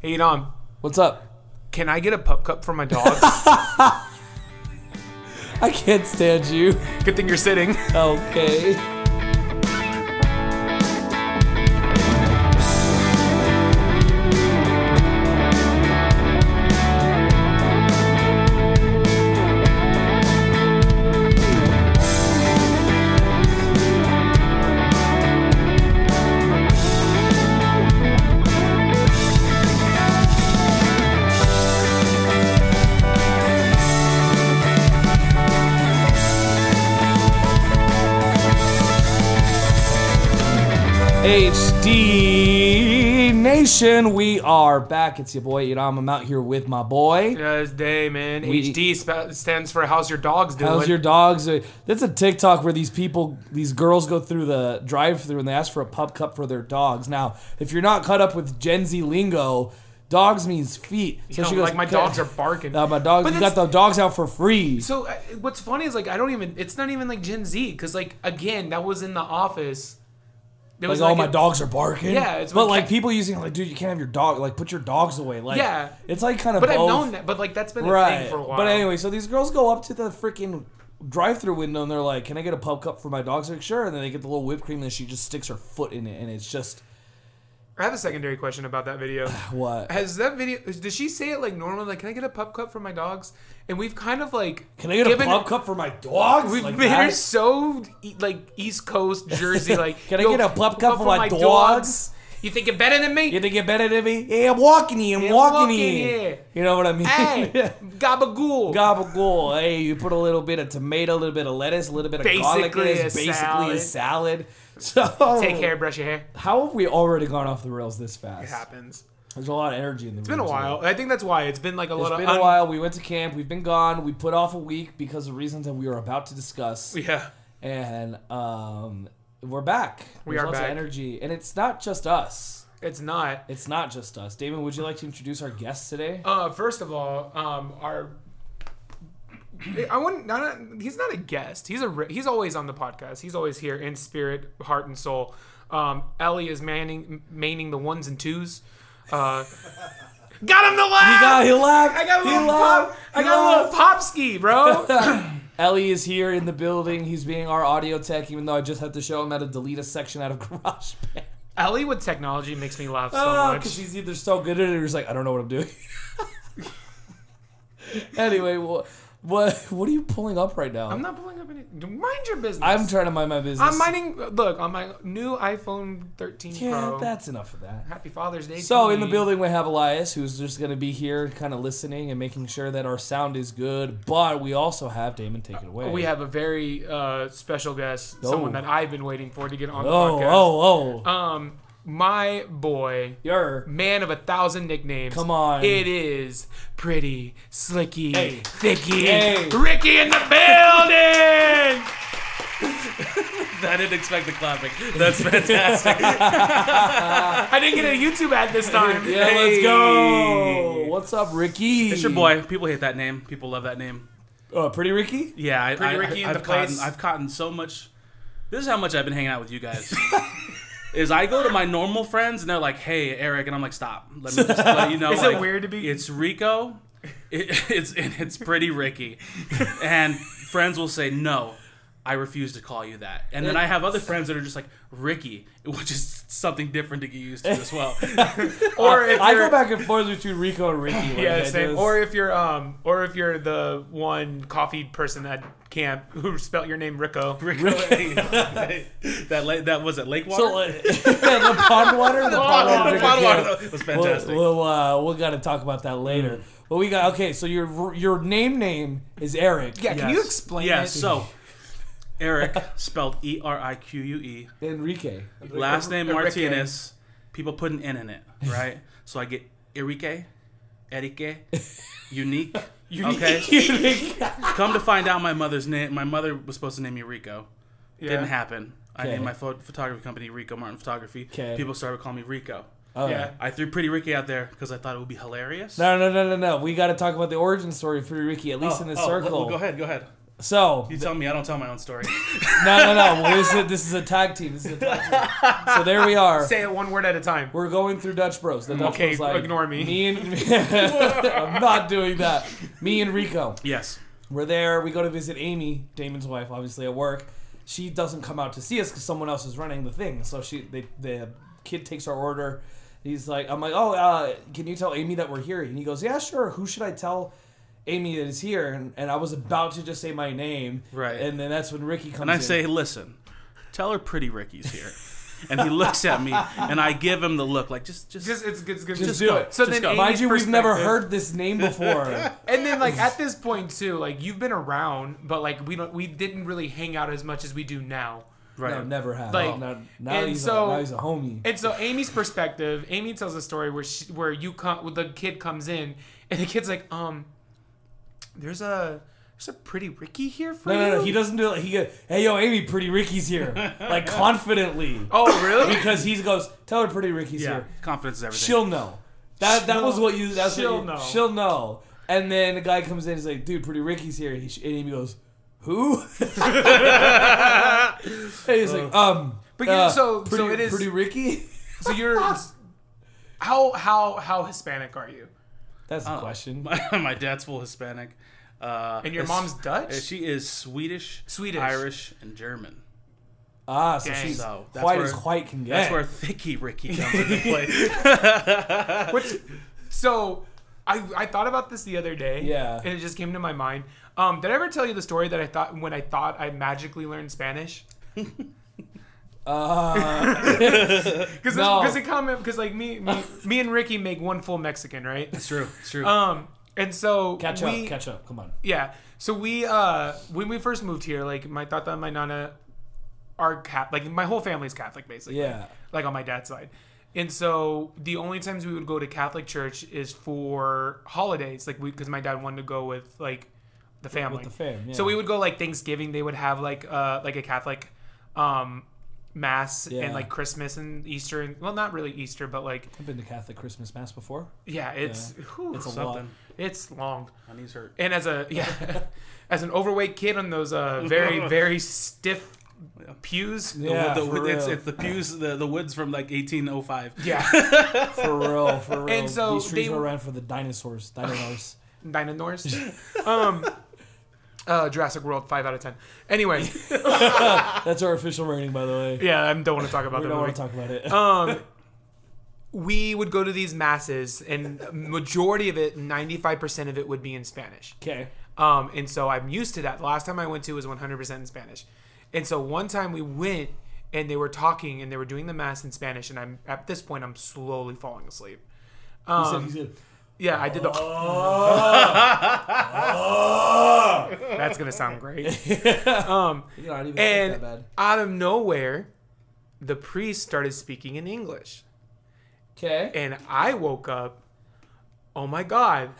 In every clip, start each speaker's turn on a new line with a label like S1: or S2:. S1: Hey, Dom,
S2: What's up?
S1: can I get a pup cup for my dog?
S2: I can't stand you.
S1: Good thing you're sitting.
S2: Okay. HD Nation, we are back. It's your boy Iram. I'm out here with my boy.
S1: Yes, day, man.
S2: We-
S1: HD sp- stands for how's your dogs doing?
S2: How's your dogs? Uh, That's a TikTok where these people, these girls go through the drive through and they ask for a pup cup for their dogs. Now, if you're not caught up with Gen Z lingo, dogs means feet.
S1: You know, like my dogs are barking.
S2: Uh, my dogs,
S1: But
S2: you
S1: that's-
S2: got the dogs out for free.
S1: So uh, what's funny is like I don't even. It's not even like Gen Z because like again that was in the office. There
S2: like,
S1: was
S2: all my
S1: a-
S2: dogs are barking.
S1: Yeah, it's
S2: but
S1: when
S2: like
S1: cat-
S2: people using like, dude, you can't have your dog. Like, put your dogs away. Like,
S1: Yeah.
S2: it's like kind of.
S1: But I've
S2: both.
S1: known that. But like that's been a
S2: right.
S1: thing for a while.
S2: But anyway, so these girls go up to the freaking drive-through window and they're like, "Can I get a pub cup for my dogs?" Like, sure. And then they get the little whipped cream and she just sticks her foot in it, and it's just
S1: I have a secondary question about that video.
S2: what?
S1: Has that video? Does she say it like normally? Like, can I get a pup cup for my dogs? And we've kind of like
S2: Can I get
S1: given-
S2: a pub cup for my dogs?
S1: We've
S2: Like
S1: made her
S2: that?
S1: so e- like East Coast Jersey. Like,
S2: Can I
S1: yo,
S2: get a pup cup for my dogs?
S1: You think you're better than me?
S2: You think you're better than me? Yeah, I'm walking here. I'm
S1: Yeah,
S2: walking
S1: walking
S2: here.
S1: here.
S2: You know what I mean?
S1: hey, gabagool.
S2: Gabagool. Hey, you put a little bit of tomato, a little bit of lettuce, a little bit of garlic.
S1: Basically
S2: It
S1: a
S2: is basically a salad. So
S1: Take hair, brush your hair.
S2: How have we already gone off the rails this
S1: It
S2: fast?
S1: happens.
S2: There's a lot of energy in the.
S1: It's been a while. I think that's why it's been like a lot
S2: It's
S1: of.
S2: been
S1: un-
S2: a while. We went to camp. We've been gone. We put off a week because of reasons that we were about to discuss.
S1: Yeah.
S2: And um, we're back.
S1: We
S2: There's
S1: are
S2: lots of
S1: back.
S2: energy, and it's not just us.
S1: It's not.
S2: It's not just us. Damon, would you like to introduce our guests today?
S1: Uh, first of all, um, our. I wouldn't. Not a, he's not a guest. He's a. re- He's always on the podcast. He's always here in spirit, heart, and soul. Um, Ellie is manning, manning the ones and twos. Uh, got him the
S2: he
S1: laugh.
S2: got. He laughed.
S1: Oh, I got a
S2: he
S1: little
S2: laughed.
S1: pop.
S2: He
S1: I got a little pop ski, bro.
S2: Ellie is here in the building. He's being our audio tech, even though I just had to show him how to delete a section out of GarageBand.
S1: Ellie with technology makes me laugh so
S2: Oh,
S1: much.
S2: because he's either so good at it or he's like, I don't know what I'm doing. anyway, what, what what are you pulling up right now?
S1: I'm
S2: I'm,
S1: not pulling up any. Mind your business.
S2: trying to mind my business.
S1: I'm mining. Look on my new iPhone 13
S2: yeah,
S1: Pro.
S2: that's enough of that.
S1: Happy Father's Day.
S2: So
S1: to
S2: in the
S1: me.
S2: building we have Elias, who's just gonna be here, kind of listening and making sure that our sound is good. But we also have Damon take it away.
S1: we have a very uh, special guest, someone that I've been waiting for to get on the
S2: oh
S1: podcast.
S2: oh oh,
S1: Um, my boy,
S2: Yer.
S1: man of a thousand nicknames.
S2: Come on.
S1: it is pretty slicky,
S2: Hey.
S1: thicky,
S2: Hey.
S1: Ricky in the building.
S3: I didn't expect the clapping. That's fantastic.
S1: I didn't get a YouTube ad this time.
S2: Yeah, let's
S3: Hey.
S2: go. What's up, Ricky?
S3: it's your boy. People hate that name. People love that name.
S2: Uh, pretty Ricky.
S3: Yeah, I,
S1: Pretty
S3: I,
S1: Ricky in
S3: I, I've
S1: the place.
S3: Gotten, I've gotten so much. This is how much I've been hanging out with you guys. is I go to my normal friends and they're like, "Hey, Eric," and I'm like, "Stop. Let me just let you know."
S1: Is it
S3: like,
S1: weird to be-
S3: It's Rico. It, it's and it's pretty Ricky, and friends will say no. I refuse to call you that. And then I have other friends that are just like Ricky, which is something different to get used to as well.
S1: Or if
S2: Uh, I
S1: you're-
S2: go back and forth between Rico and Ricky. Like, I
S1: Yeah, same.
S2: just-
S1: Or if you're um, or if you're the one coffee person at camp who spelt your name Rico.
S3: Rico, that la- that was it. Lake water.
S2: So, uh, the pond water, the pond
S3: Oh,
S2: water,
S3: the bottle
S2: yeah.
S3: water, that was fantastic.
S2: We'll we'll, uh, we'll gotta talk about that later.
S1: Mm.
S2: But we got okay. So your your name name is Eric.
S1: Yeah, can you
S3: Yes.
S1: explain
S3: yeah,
S1: it?
S3: so Eric, spelled E R I Q U E,
S2: Enrique.
S3: last name
S1: Enrique.
S3: Martinez. People put an N in it, right? so I get Enrique, Erique, unique. Okay. Come to find out, my mother's name. My mother was supposed to name me Rico.
S1: Yeah.
S3: Didn't happen. I
S2: Okay.
S3: named my pho- photography company Rico Martin Photography.
S2: Okay.
S3: People started calling me Rico.
S2: All right.
S1: Yeah.
S3: I threw Pretty Ricky out there because I thought it would be hilarious.
S2: No, no, no, no, no. We got to talk about the origin story for Ricky, at least in this
S3: oh,
S2: circle.
S3: Go ahead, go ahead.
S2: So
S3: You tell me, I don't tell my own story.
S2: no, no, no. Well, this, is a, this is a tag team. This is a tag team. So there we are.
S1: Say it one word at a time.
S2: We're going through Dutch Bros. The Dutch
S1: Okay,
S2: Bros like,
S1: ignore me.
S2: Me and I'm not doing that. Me and Rico.
S3: yes.
S2: We're there. We go to visit Amy, Damon's wife, obviously at work. She doesn't come out to see us because someone else is running the thing. So she, they, the kid takes our order. He's like, I'm like, oh, uh, can you tell Amy that we're here? And he goes, yeah, sure. Who should I tell? Amy that is here, and, and I was about to just say my name,
S3: Right.
S2: And then that's when Ricky comes.
S3: And I
S2: in.
S3: say, listen, tell her Pretty Ricky's here. and he looks at me, and I give him the look, like just, just,
S1: Just it's good.
S2: just,
S1: Just
S2: do
S3: go.
S2: it.
S1: So
S3: Just
S1: then,
S3: go.
S1: Amy's
S2: Mind you, we've never
S1: perspective-
S2: heard this name before.
S1: And then, like at this point too, like you've been around, but like we don't, we didn't really hang out as much as we do now.
S3: right.
S2: No, never have.
S1: Like,
S2: now, now
S1: and
S2: he's
S1: so-
S2: a, now he's a homie.
S1: And so Amy's perspective, Amy tells a story where she, where you come, where the kid comes in, and the kid's like, um, there's a there's a pretty Ricky here for
S2: No,
S1: you.
S2: no, no. He doesn't do it. He goes, hey, yo, Amy, Pretty Ricky's here. Like, confidently.
S1: Oh really?
S2: Because he goes, tell her Pretty Ricky's
S3: Yeah.
S2: here.
S3: Confidence is everything.
S2: She'll know. That that was what you. That's
S1: She'll
S2: what you,
S1: know.
S2: She'll know. And then a guy comes in. He's like, dude, Pretty Ricky's here. And, he, and Amy goes, who? and he's like, um.
S1: Uh, But you- so- so
S2: pretty,
S1: it is-
S2: Pretty Ricky.
S1: so you're how how how Hispanic are you?
S2: That's
S1: Uh,
S2: a question.
S3: my, my dad's full Hispanic. Uh,
S1: And your
S3: it's-
S1: mom's Dutch?
S3: She is Swedish,
S1: Swedish.
S3: Irish, and German.
S2: Ah, so
S1: Dang.
S2: she's
S3: So that's
S2: white
S3: where-
S2: as white can get.
S3: That's where Thicky Ricky comes into play.
S1: What's so? I, I thought about this the other day.
S2: Yeah.
S1: And it just came to my mind. Um, did I ever tell you the story that I thought when I thought I magically learned Spanish?
S2: Uh,
S1: Because
S2: No.
S1: because it comment because like me, me me and Ricky make one full Mexican right.
S3: it's true. It's true.
S1: Um, and so
S2: catch
S1: we-
S2: up, catch up. Come on.
S1: yeah. So we uh when we first moved here, like my tata and my nana are cat like my whole family's Catholic basically.
S2: Yeah.
S1: Like on my dad's side. And so the only times we would go to Catholic church is for holidays, like we because my dad wanted to go with like the family.
S2: the fam, yeah.
S1: So we would go like Thanksgiving. They would have like uh like a Catholic um mass
S2: Yeah.
S1: and like Christmas and Easter and well not really Easter but like
S2: I've been to Catholic Christmas mass before.
S1: yeah it's whew,
S2: It's a lot.
S3: Something.
S1: it's long
S3: My knees hurt.
S1: and as a yeah, as an overweight kid on those uh, very very stiff pews.
S3: The-
S2: Yeah,
S3: the-
S2: for
S3: it's,
S2: real.
S3: it's the pews, the, the woods from like 1805.
S1: Yeah,
S2: For real, for real.
S1: And so
S2: these trees
S1: they-
S2: were around for the dinosaurs. Dinosaurs.
S1: dinosaurs. Um, uh, Jurassic World five out of ten. Anyway,
S2: That's our official rating, by the way.
S1: yeah, I don't want to talk about
S2: we
S1: that
S2: don't want
S1: movie.
S2: to talk about it.
S1: Um, we would go to these masses, and majority of it, ninety five percent of it, would be in Spanish.
S2: okay.
S1: Um, and so I'm used to that. The last time I went to was 100% in Spanish. And so one time we went and they were talking and they were doing the mass in Spanish. And I'm at this point, I'm slowly falling asleep.
S2: He said, he said,
S1: Yeah, I did the. That's going to sound great.
S2: "You know, I didn't even think that
S1: And
S2: bad."
S1: out of nowhere, the priest started speaking in English.
S2: Okay.
S1: And I woke up, oh my God,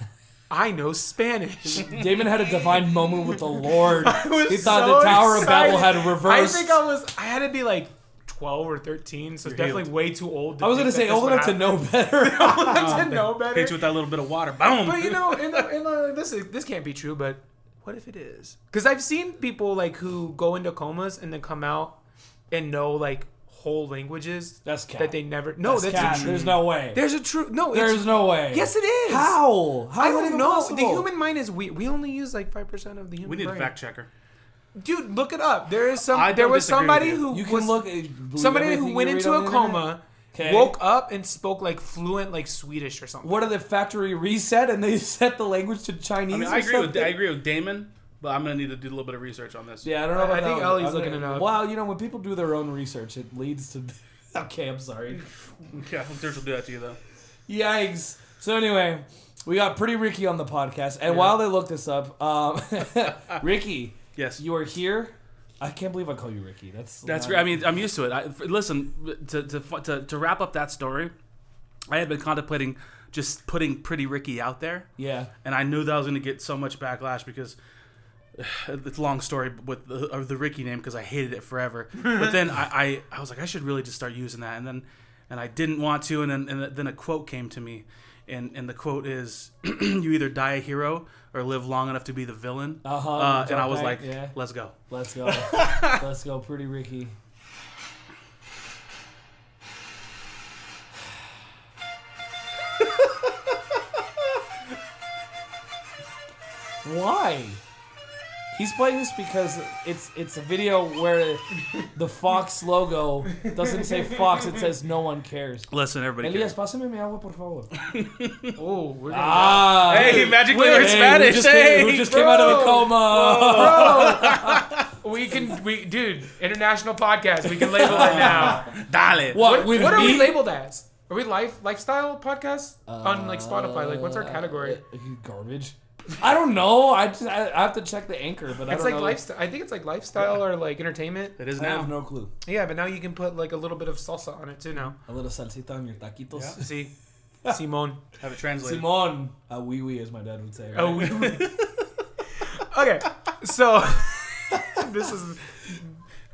S1: I know Spanish.
S2: Damon had a divine moment with the Lord.
S1: was
S2: he thought
S1: so
S2: the Tower of Babel
S1: excited.
S2: had reversed.
S1: I think I was. I had to be like twelve or thirteen, so definitely
S3: healed.
S1: way too old. To
S2: I was gonna
S1: think
S2: say
S1: that this
S2: old
S1: would
S2: enough to
S1: happen.
S2: know Oh, better.
S1: old enough to know
S3: Hit you
S1: better.
S3: with that little bit of water. Boom.
S1: But you know, and, and uh, this is, this can't be true. But what if it is? Because I've seen people like who go into comas and then come out and know like whole languages
S2: That's cat.
S1: that they never. No, that's,
S2: Cat,
S1: a true.
S2: There's no way.
S1: There's a true. No,
S2: There's
S1: it's,
S2: no way.
S1: Yes, it is.
S2: How? How
S1: I
S2: is that
S1: don't
S2: even
S1: know.
S2: Possible?
S1: The human mind is we. We only use like five percent of the human.
S3: we need a
S1: brain.
S3: fact checker.
S1: Dude, look it up. There is some.
S3: I don't
S1: there was
S3: disagree with
S1: somebody
S3: you.
S1: who
S2: You can
S1: was
S2: look. at-
S1: somebody
S2: everything
S1: who
S2: you
S1: went
S2: read
S1: into
S2: on
S1: a
S2: the internet.
S1: coma,
S2: 'Kay.
S1: woke up and spoke like fluent like Swedish or something.
S2: What are the factory reset and they set the language to Chinese?
S3: I mean,
S2: or
S3: I agree with
S2: something?
S3: I agree with Damon, but I'm gonna need to do a little bit of research on this.
S2: Yeah, I don't
S1: I-
S2: know.
S1: I
S2: About that
S1: think
S2: one.
S1: Ellie's
S2: I'm
S1: looking
S2: gonna-
S1: it up.
S2: Wow, you know when people do their own research, it leads to. okay, I'm sorry.
S3: yeah. Dirge will do that to you though.
S2: Yikes. So anyway, we got pretty Ricky on the podcast, and while they looked this up, um, Ricky,
S3: Yes.
S2: you are here. I can't believe I call you Ricky. That's
S3: That's
S2: not-
S3: great. I mean, I'm used to it. I, f- listen, to, to, fu- to, to wrap up that story, I had been contemplating just putting Pretty Ricky out there,
S2: yeah.
S3: and I knew that I was going to get so much backlash because it's a long story with the, of the Ricky name because I hated it forever. but then I, I, I was like, I should really just start using that, and then. and I didn't want to. And then, and then a quote came to me, and and the quote is, "You either die a hero or live long enough to be the villain."
S2: Uh-huh,
S3: Uh, and I
S2: John
S3: was like,
S2: Knight, yeah.
S3: "Let's go."
S2: Let's go. Let's go, Pretty Ricky. Why? He's playing this because it's it's a video where the Fox logo doesn't say Fox, it says no one cares.
S3: Listen, everybody.
S2: Elias,
S3: cares.
S2: pásame mi agua, por favor.
S1: Oh, we're gonna
S2: Ah,
S3: Hey, he magically learned
S2: who
S3: Spanish,
S2: just, came- who
S3: hey,
S2: just came out of a
S1: bro.
S2: coma?
S1: we can we dude international podcast. We can label it now.
S3: Dale.
S2: What,
S1: What,
S2: with
S1: what are
S2: me?
S1: we labeled as? Are we life lifestyle podcast on like Spotify? Like what's our category?
S2: Uh, garbage. I don't know. I just I, I have to check the anchor, but I
S1: It's
S2: don't
S1: like
S2: know.
S1: lifestyle. I think it's like lifestyle or like entertainment.
S3: It is
S2: I
S3: now.
S2: have no clue.
S1: Yeah, but now you can put like a little bit of salsa on it too. Now,
S2: A little salsita on your taquitos.
S1: see, Simon.
S3: Have it translated.
S2: Simon, a wee wee, as my dad would say. Right?
S1: Oh, we- okay. So this is.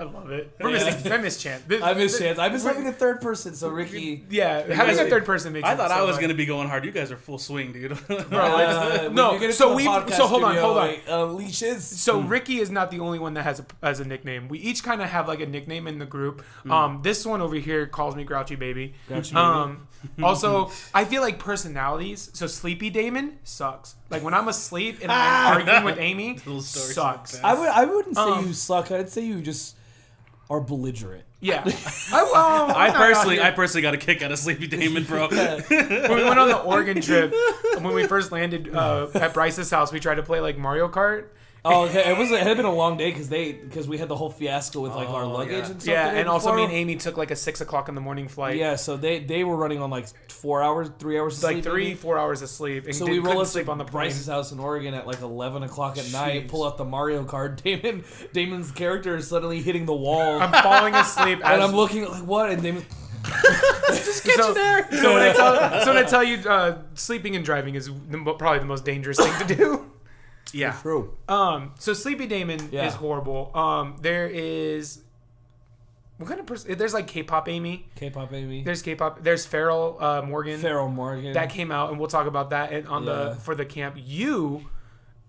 S1: I love it. We're missing. I miss Chant. This-
S2: I miss
S1: this-
S2: chance. I miss having a third person. So Ricky,
S1: Yeah, having a
S3: guys-
S1: third person makes.
S3: I
S1: it
S3: thought
S1: so
S3: I was
S1: much-
S3: gonna be going hard. You guys are full swing, dude.
S1: Bro, like-
S2: uh, when
S1: no,
S2: you get into
S1: so
S2: the
S1: we-
S2: podcast
S1: so hold on,
S2: studio,
S1: hold on.
S2: like, uh, leashes.
S1: So
S3: Hmm.
S1: Ricky is not the only one that has a has a nickname. We each kind of have like a nickname in the group.
S3: Hmm.
S1: Um, this one over here calls me Grouchy Baby.
S2: Grouchy
S1: um, also, I feel like personalities. So Sleepy Damon sucks. Like when I'm asleep and I'm arguing with Amy,
S3: Little stories
S1: sucks.
S3: like that.
S2: I would I wouldn't say
S1: Um,
S2: you suck. I'd say you just are belligerent.
S1: Yeah, I, well,
S3: I
S1: I'm not out
S3: personally,
S1: here.
S3: I personally got a kick out of Sleepy Damon, bro.
S1: when we went on the Oregon trip, when we first landed uh, at Bryce's house, we tried to play like Mario Kart.
S2: Oh, okay. It was it had been a long day because they because we had the whole fiasco with like our
S3: Oh,
S2: luggage
S3: yeah.
S2: and stuff.
S1: yeah,
S2: the day
S1: and also me
S2: before.
S1: and Amy took like a six o'clock in the morning flight.
S2: Yeah, so they they were running on like four hours, three hours of
S1: like
S2: sleep
S1: three,
S2: maybe.
S1: four hours of sleep, and
S2: So
S1: did,
S2: we roll
S1: couldn't
S2: up
S1: sleep on the plane.
S2: Bryce's house in Oregon at like eleven o'clock at night.
S3: Jeez.
S2: Pull out the Mario card. Damon Damon's character is suddenly hitting the wall,
S1: I'm falling asleep as
S2: and I'm looking like what? And Damon,
S1: so,
S2: there.
S1: So when I tell, so when I tell you, uh, sleeping and driving is the, mo- probably the most dangerous thing to do.
S3: yeah,
S2: true.
S1: Um, so Sleepy Damon
S2: Yeah.
S1: is horrible. Um, there is what kind of person? There's like K-pop Amy.
S2: K-pop baby,
S1: There's K-pop. There's Farrell uh, Morgan.
S2: Pharaoh Morgan.
S1: that came out, and we'll talk about that and on
S2: Yeah.
S1: the for the camp. You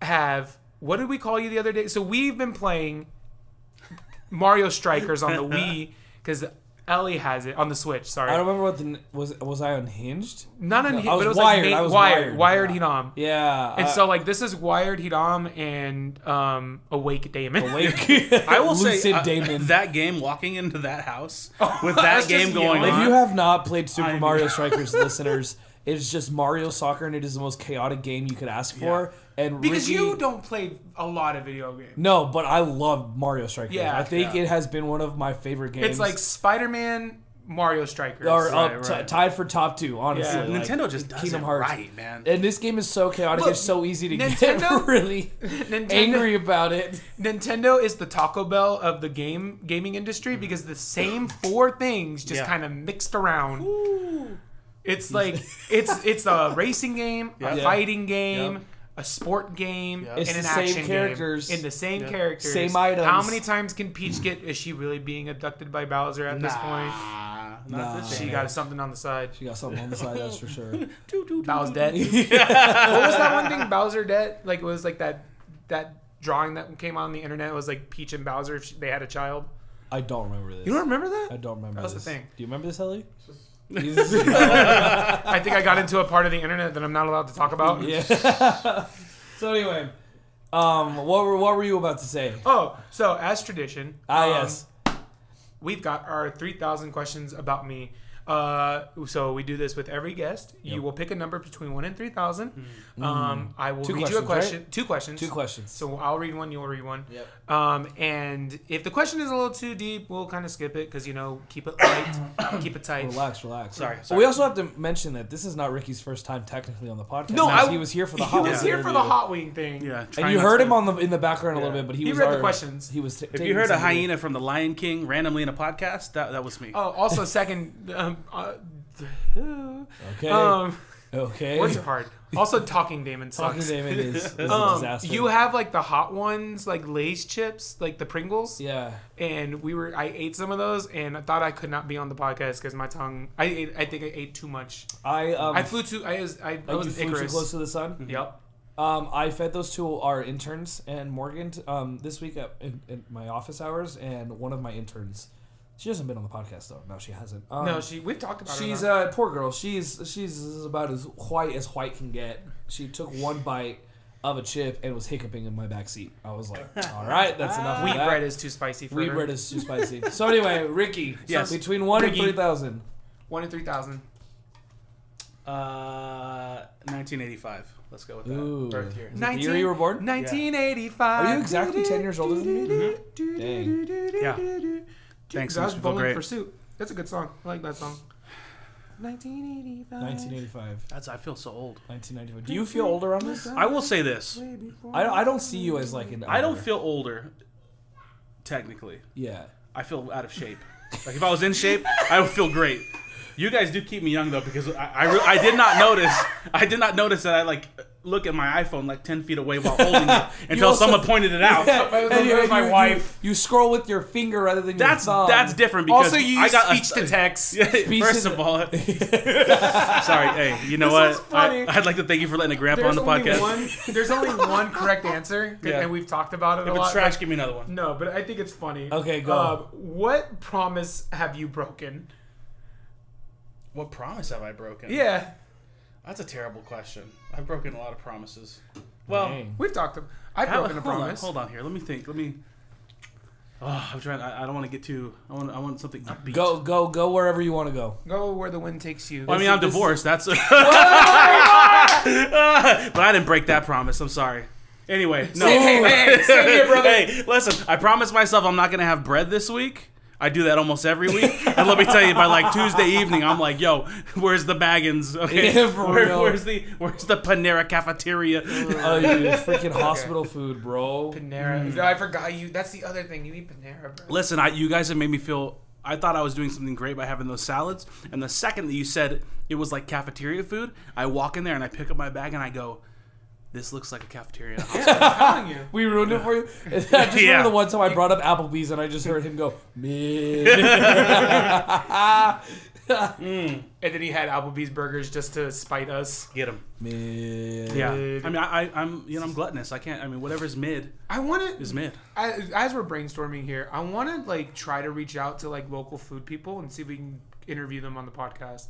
S1: have what did we call you the other day? So we've been playing Mario Strikers on the Wii because Ellie has it on the Switch. Sorry,
S2: I don't remember what the n- was. Was I unhinged?
S1: not on.
S2: I
S1: but
S2: was
S1: it was
S2: wired,
S1: Like,
S2: I
S1: na-
S2: was
S1: wired.
S2: wired,
S1: Wired
S2: yeah.
S1: Hidam.
S2: Yeah. uh,
S1: And
S2: I-
S1: so like this is Wired Hidam and um Awake Damon.
S2: Wake.
S3: I will say
S2: Lucid
S3: uh,
S2: Damon. Oh,
S3: that game. Walking into that house with
S1: I
S3: that
S1: was
S3: game
S1: just
S3: going
S1: yelling.
S2: If
S3: on.
S2: you have not played Super
S3: I'm-
S2: Mario Strikers, listeners, it's just Mario Soccer, and it is the most chaotic game you could ask for. And
S1: because
S2: Ricky-
S1: you don't play a lot of video games.
S2: No, but I love Mario Strikers.
S1: Yeah,
S2: I think
S3: yeah.
S2: it has been one of my favorite games.
S1: It's like Spider-Man, Mario Strikers.
S2: or
S3: right,
S2: up t-
S3: right.
S2: tied for top two, honestly.
S1: Yeah.
S2: like,
S3: Nintendo just does
S2: Kingdom
S3: it
S2: Hearts.
S3: right, man.
S2: And this game is so chaotic;
S1: Look,
S2: it's so easy to
S1: Nintendo-
S2: get really
S1: Nintendo-
S2: angry about it.
S1: Nintendo is the Taco Bell of the game gaming industry because the same four things just
S3: Mm-hmm. Yeah.
S1: kind of mixed around. It's like it's it's a racing game, a
S3: Yeah.
S1: fighting game,
S3: Yep.
S1: a sport game,
S3: Yep.
S1: and
S2: It's
S1: an
S2: the same
S1: action
S2: characters.
S1: game. In the same
S3: Yep.
S1: characters,
S2: Same items.
S1: How many times can Peach get? Is she really being abducted by Bowser at this point?
S3: Nah, not
S2: Nah.
S3: this
S1: She
S3: game.
S1: got something on the side.
S2: You got something on the side, that's for sure.
S3: Doo, doo, doo,
S1: Bowser's
S3: doo,
S1: dead.
S3: doo.
S1: what was that one thing Bowser did? Like it was like that that drawing that came on the internet. It was like Peach and Bowser if she- they had a child.
S2: I don't remember this.
S1: You don't remember that?
S2: I don't remember
S1: That's the
S2: this.
S1: thing.
S2: Do you remember this, Ellie?
S1: I think I got into a part of the internet that I'm not allowed to talk about.
S2: Yeah. so anyway, um, what were what were you about to say?
S1: Oh, so as tradition,
S2: Ah,
S1: um,
S2: yes.
S1: we've got our 3,000 questions about me. Uh, so we do this with every guest. You
S2: Yep.
S1: will pick a number between one and 3,000. Um, I will
S2: Two
S1: read you a
S2: questions,
S1: question. Two questions.
S2: Two questions.
S1: So I'll read one. You'll read one.
S2: Yep.
S1: Um, and if the question is a little too deep, we'll kind of skip it because you know, keep it light, keep it tight.
S2: relax, relax.
S3: Sorry,
S2: But
S3: sorry.
S2: We also have to mention that this is not Ricky's first time technically on the podcast.
S1: No,
S2: because
S1: I-
S2: he was here for the
S1: he
S2: hot
S1: was
S2: Wings
S1: here for the
S2: interview.
S1: hot wing thing.
S3: Yeah,
S2: And
S3: try
S2: you
S3: not
S2: heard
S3: to-
S2: him on the in the background a little bit, but he,
S1: He
S2: was
S1: read the
S2: our-
S1: questions.
S2: He was. T-
S3: If you heard a hyena from The Lion King randomly in a
S2: Oh.
S3: podcast, that, that was me.
S1: Oh, also second. Um, uh,
S2: okay.
S1: um,
S2: Okay.
S1: Words are hard. Also, talking Damon sucks.
S2: Talking name it is, is a
S1: Um,
S2: disaster.
S1: you have like the hot ones, like Lay's chips, like the Pringles.
S2: yeah.
S1: And we were, I ate some of those, and I thought I could not be on the podcast because my tongue. I ate, I think I ate too much.
S2: I um.
S1: I flew too. I was, I, I was
S2: like you
S1: an
S2: flew too
S1: Icarus.
S2: close to the sun.
S1: Yep.
S2: Um, I fed those to our interns and Morgan t- um, this week at, in, in my office hours, and one of my interns. She hasn't been on the podcast though. No, she hasn't. Um,
S1: No, she. We've talked about.
S2: she's
S1: her,
S2: a uh, poor girl. She's she's about as white as white can get. She took one bite of a chip and was hiccuping in my back seat. I was like, all right, that's enough.
S1: though.
S2: of
S1: wheat
S2: that.
S1: bread is too spicy for
S2: Wheat
S1: her.
S2: bread is too spicy. So anyway, Ricky,
S3: Yes.
S2: so between one
S3: Ricky.
S2: and three thousand.
S1: One in three thousand.
S3: Uh, 1985. Let's go with that.
S2: Ooh.
S3: Birth year.
S2: Is it the year you were born?
S1: 1985.
S2: Are you exactly 10 years older than me?
S3: Yeah.
S1: Dang.
S3: Thanks,
S1: That's
S3: Mr. Feel
S1: Mm-hmm. Bowling
S3: Great.
S1: Pursuit. That's a good song. I like that song. 1985.
S2: 1985,
S3: That's. I feel so old.
S2: 1995. Do you feel older on this?
S3: I will say this.
S2: I, I don't see you as like an.
S3: I don't
S2: elder.
S3: feel older. Technically,
S2: Yeah.
S3: I feel out of shape. Like if I was in shape, I would feel great. You guys do keep me young though, because I I, re- I did not notice. I did not notice that I like look at my iPhone like ten feet away while holding it until
S2: also-
S3: someone pointed it out.
S1: was- that was my
S2: you,
S1: wife.
S2: You, you scroll with your finger rather than
S3: That's
S2: your thumb.
S3: that's different because
S1: um, Also, you
S3: I
S1: use
S3: got a-
S1: speech to text.
S2: Speech
S3: First
S2: is-
S3: of all, sorry. Hey, you know
S1: This
S3: what?
S1: is funny.
S3: I, would like to thank you for letting a grandpa on
S1: There's
S3: the
S1: only
S3: podcast.
S1: one. There's only one correct answer,
S3: Yeah.
S1: and we've talked about it
S3: If
S1: a
S3: it's
S1: lot.
S3: trash, give me another one.
S1: No, but I think it's funny.
S2: Okay, go.
S1: Uh, what promise have you broken?
S3: What promise have I broken?
S1: Yeah,
S3: that's a terrible question. I've broken a lot of promises. Well,
S2: Dang.
S1: we've talked. About, I've
S3: how-
S1: broken a
S3: hold on,
S1: promise.
S3: hold on here. Let me think. Let me. Oh, I'm trying. I, I don't want to get too. I want. I want something upbeat.
S2: Go go go wherever you want to go.
S1: Go where the wind takes you.
S3: Well, I mean,
S2: This-
S3: I'm
S2: this-
S3: divorced. That's. but I didn't break that promise. I'm sorry. Anyway, no.
S1: Hey, hey, hey, same here, brother.
S3: Hey, listen, I promised myself I'm not gonna have bread this week. I do that almost every week. and let me tell you, by like Tuesday evening, I'm like, yo, where's the baggins? Okay.
S2: Yeah, for
S3: Where-
S2: real.
S3: Where's the where's the Panera cafeteria?
S2: Oh, you freaking hospital food, bro.
S1: Panera.
S2: Mm-hmm.
S1: No, I forgot you. That's the other thing. You eat Panera, bro.
S3: listen, I, you guys have made me feel I thought I was doing something great by having those salads. And the second that you said it was like cafeteria food, I walk in there and I pick up my bag and I go, This looks like a cafeteria. in a hospital."
S1: I'm telling you.
S2: We ruined it for you. I just remember the one time I brought up Applebee's and I just heard him go, man.
S1: And then he had Applebee's burgers just to spite us.
S3: Get them.
S2: man.
S3: Yeah. I
S1: Mid.
S3: mean, I, I, I'm you know I'm gluttonous. I can't. I mean, whatever's mid
S1: I want
S3: is
S1: to,
S3: mid.
S1: as we're brainstorming here, I want to like try to reach out to like local food people and see if we can interview them on the podcast.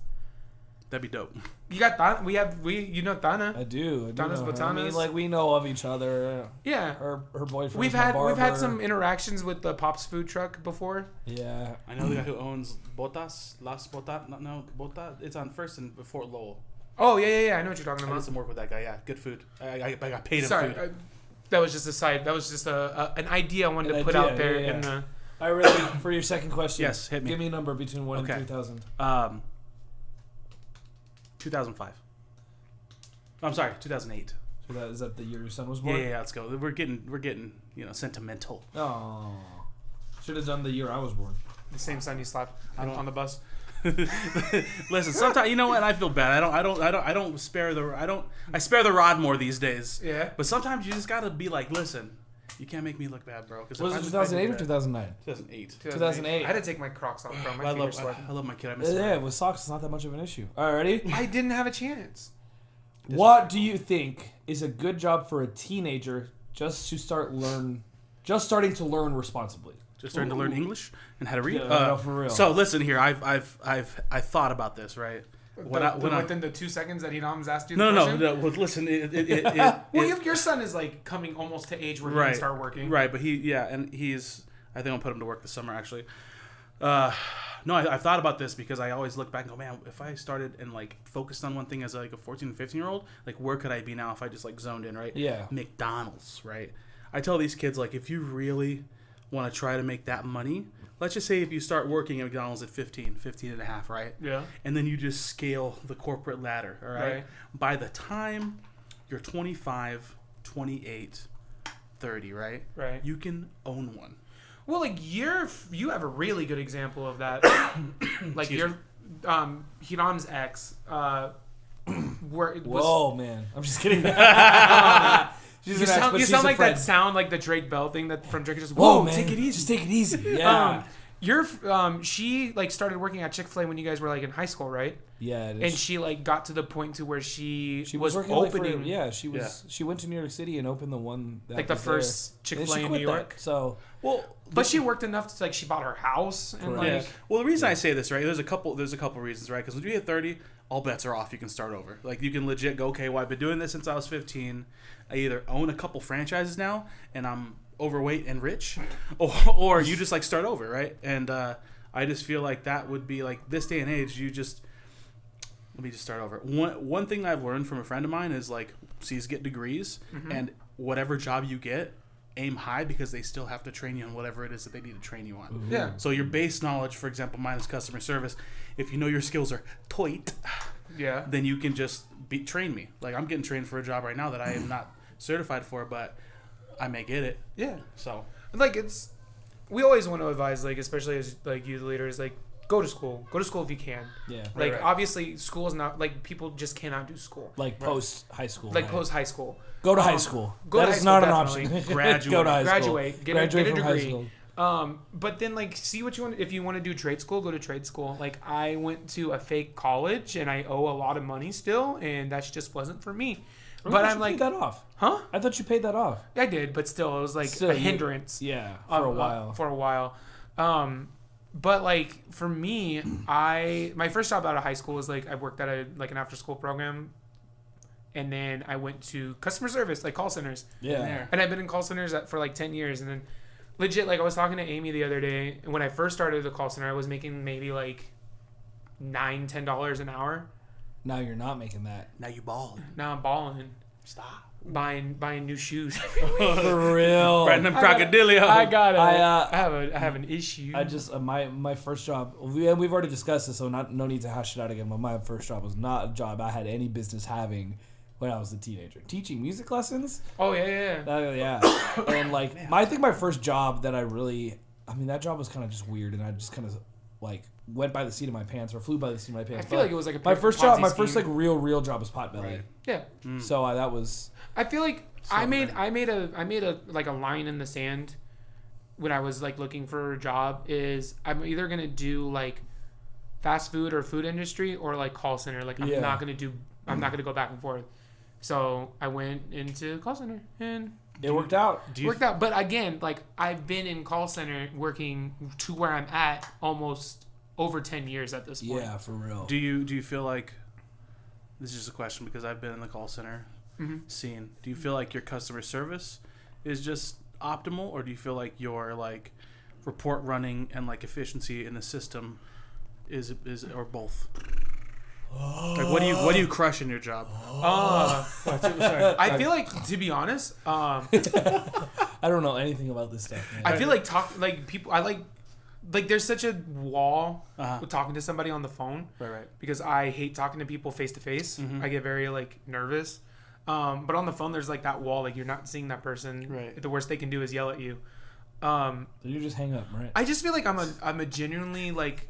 S3: That'd be dope.
S1: You got Thana. We have we. You know Thana.
S2: I do. I do
S1: Donna's
S2: know her. I
S1: Botanas.
S2: mean, like we know of each other.
S1: Yeah.
S2: Her her boyfriend.
S1: We've had we've had some interactions with the Pops food truck before.
S2: Yeah.
S3: I know the guy who owns Botas, Las Botas. No, no Bota. It's on First and Fort Lowell.
S1: Oh yeah yeah yeah. I know what you're talking
S3: I did
S1: about.
S3: some work with that guy. Yeah, good food. I, I, I got paid in
S1: Uh-huh. Sorry.
S3: food.
S1: I- that was just a side. That was just a, a an idea I wanted
S2: An
S1: to put
S2: idea,
S1: out there.
S2: yeah, yeah.
S1: In the
S2: I really for your second question.
S3: Yes, hit me.
S2: Give me a number between one
S3: Okay.
S2: and three thousand.
S3: Um, 2005. No, I'm sorry, 2008.
S2: So that is that the year your son was
S3: Yeah,
S2: born?
S3: yeah, yeah, let's go. We're getting, we're getting, you know, sentimental.
S2: Oh. Should have done the year I was born.
S1: the same sign you slapped
S3: don't-
S1: on the bus.
S3: Listen, sometimes you know what? I feel bad. I don't, I don't, I don't, I don't spare the, I don't, I spare the rod more these days.
S1: Yeah.
S3: But sometimes you just gotta be like, listen, you can't make me look bad, bro. 'cause
S2: Was
S3: I
S2: it
S3: just- I
S2: 2008
S3: do
S2: or
S3: that.
S2: 2009?
S3: 2008.
S2: 2008.
S1: I had to take my Crocs off, bro. My feet
S3: I
S1: are
S3: love, I,
S1: sweating.
S3: I love my kid. I miss him.
S2: Uh, Yeah, with socks, it's not that much of an issue. All right, ready?
S1: I didn't have a chance.
S2: What do you think is a good job for a teenager just to start learn, just starting to learn responsibly?
S3: just starting to learn English and how to read. Uh,
S2: Yeah, no, for real.
S3: So listen here, I've I've I've I thought about this right. When
S1: The-
S3: I,
S1: the-
S3: when I,
S1: within the two seconds that Hidams asked you the
S3: no, no, no,
S1: question?
S3: no. Well, listen, it, it, it, it,
S1: Well,
S3: it-
S1: you- your son is like coming almost to age where he
S3: right,
S1: can start working.
S3: right? But he, yeah, and he's. I think I'll put him to work this summer actually. Uh, no, I, I've thought about this because I always look back and go, man, if I started and like focused on one thing as like a 14, 15 year old, like where could I be now if I just like zoned in, right?
S2: Yeah.
S3: McDonald's, right? I tell these kids like if you really want to try to make that money, let's just say if you start working at McDonald's at 15, 15 and a half, right?
S1: Yeah.
S3: And then you just scale the corporate ladder, all right?
S1: Right.
S3: By the time you're 25, 28, 30, right?
S1: Right.
S3: You can own one.
S1: Well, like you're, you have a really good example of that. like your, um, Hiram's ex, uh, where it was
S2: Whoa, man. I'm just kidding. She's
S1: You
S2: an ex,
S1: sound,
S2: but
S1: you
S2: she's
S1: sound
S2: a
S1: like
S2: friend.
S1: that sound like the Drake Bell thing that from Drake just
S2: Whoa,
S1: whoa,
S2: man.
S1: take it easy.
S2: Just take it easy. Yeah.
S1: Um your f- um she like started working at Chick-fil-A when you guys were like in high school, right?
S2: yeah, it is.
S1: And she like got to the point to where she,
S2: she
S1: was,
S2: was, working like, for-
S1: opening like,
S2: yeah, she was. She went to New York City and opened the one that
S1: the
S2: was there.
S1: first
S2: And
S1: Chick-fil-A in
S2: she
S1: New
S2: quit that,
S1: York.
S2: So
S3: Well,
S1: But she worked enough to like she bought her house and
S2: Correct.
S1: like
S3: Yeah. Well, the reason I say this, right? There's a couple. There's a couple reasons, right? Because when you hit 30, all bets are off. You can start over. Like you can legit go, okay, well, I've been doing this since I was 15. I either own a couple franchises now, and I'm overweight and rich, or or you just like start over, right? And uh, I just feel like that would be like this day and age, you just let me just start over. One one thing I've learned from a friend of mine is like, sees get degrees, and whatever job you get, aim high because they still have to train you on whatever it is that they need to train you on.
S1: Yeah.
S3: So your base knowledge, for example, minus customer service, if you know your skills are tight,
S1: yeah.
S3: then you can just be train me. Like I'm getting trained for a job right now that I am not certified for, but I may get it.
S1: Yeah.
S3: So
S1: like it's we always want to advise like especially as like youth leaders like go to school go to school if you can
S2: yeah, like,
S1: like
S3: right.
S1: obviously school is not like people just cannot do school
S2: post high school.
S1: like
S2: right?
S1: post high school
S2: Go to high
S1: um,
S2: school.
S1: go
S2: That
S1: to
S2: is
S1: high school,
S2: not
S1: definitely.
S2: an option. go
S3: Graduate.
S2: to high school.
S1: graduate get,
S2: graduate
S1: a, get
S2: from
S1: a
S2: high
S1: degree
S2: school.
S1: um but then like see what you want if you want to do trade school go to trade school like i went to a fake college and i owe a lot of money still and that's just wasn't for me but
S2: I thought
S1: i'm
S2: you
S1: like
S2: paid that off.
S1: huh
S2: I thought you paid that off.
S1: i did but still it was like
S2: Still,
S1: a
S2: you-
S1: hindrance
S2: Yeah, for a
S1: um, uh,
S2: while.
S1: for a while. Um, but like for me, I my first job out of high school was like I worked at a like an after school program, and then I went to customer service like call centers,
S2: yeah,
S3: there.
S1: and I've been in call centers at, for like ten years, and then legit like I was talking to Amy the other day when I first started the call center, I was making maybe like nine ten dollars an hour.
S2: now you're not making that.
S3: Now you ball.
S1: Now I'm balling,
S3: Stop.
S1: buying buying new shoes.
S2: For real.
S3: Right, them
S1: I got-
S3: crocodilio.
S1: I got it.
S2: I, uh,
S1: I have a I have an issue.
S2: I just uh, my my first job. We, we've already discussed this, so not no need to hash it out again. But my first job was not a job I had any business having when I was a teenager. Teaching music lessons.
S1: oh yeah yeah. yeah.
S2: Uh, yeah, and like my, I think my first job that I really, I mean, that job was kind of just weird, and I just kind of like went by the seat of my pants or flew by the seat of my pants.
S1: I feel
S2: but
S1: like it was like a
S2: my first job.
S1: Ponzi
S2: My first like
S1: scheme.
S2: real real job was potbelly.
S3: Right. Mm.
S1: yeah.
S2: So uh, that was
S1: I feel like I made I made a I made a like a line in the sand when I was like looking for a job is I'm either gonna do like fast food or food industry or like call center. Like I'm
S2: Yeah.
S1: not gonna do I'm not gonna go back and forth. So I went into call center and
S2: it worked out.
S3: Do you
S1: worked out. But again, like I've been in call center working to where I'm at almost over ten years at this point.
S2: Yeah, for real.
S3: Do you do you feel like this is just a question because I've been in the call center Mm-hmm. scene. Do you feel like your customer service is just optimal, or do you feel like your like report running and like efficiency in the system is is or both? Like what do you what do you crush in your job?
S1: Uh,
S3: Sorry.
S1: I feel like to be honest, um,
S2: I don't know anything about this stuff. Man.
S1: I feel like talk like people. I like like there's such a wall
S3: Uh-huh.
S1: with talking to somebody on the phone
S3: Right, right.
S1: because I hate talking to people face to face. I get very like nervous. Um, but on the phone, there's like that wall. Like you're not seeing that person.
S3: Right.
S1: The worst they can do is yell at you. Um,
S2: you just hang up, right?
S1: I just feel like I'm a I'm a genuinely like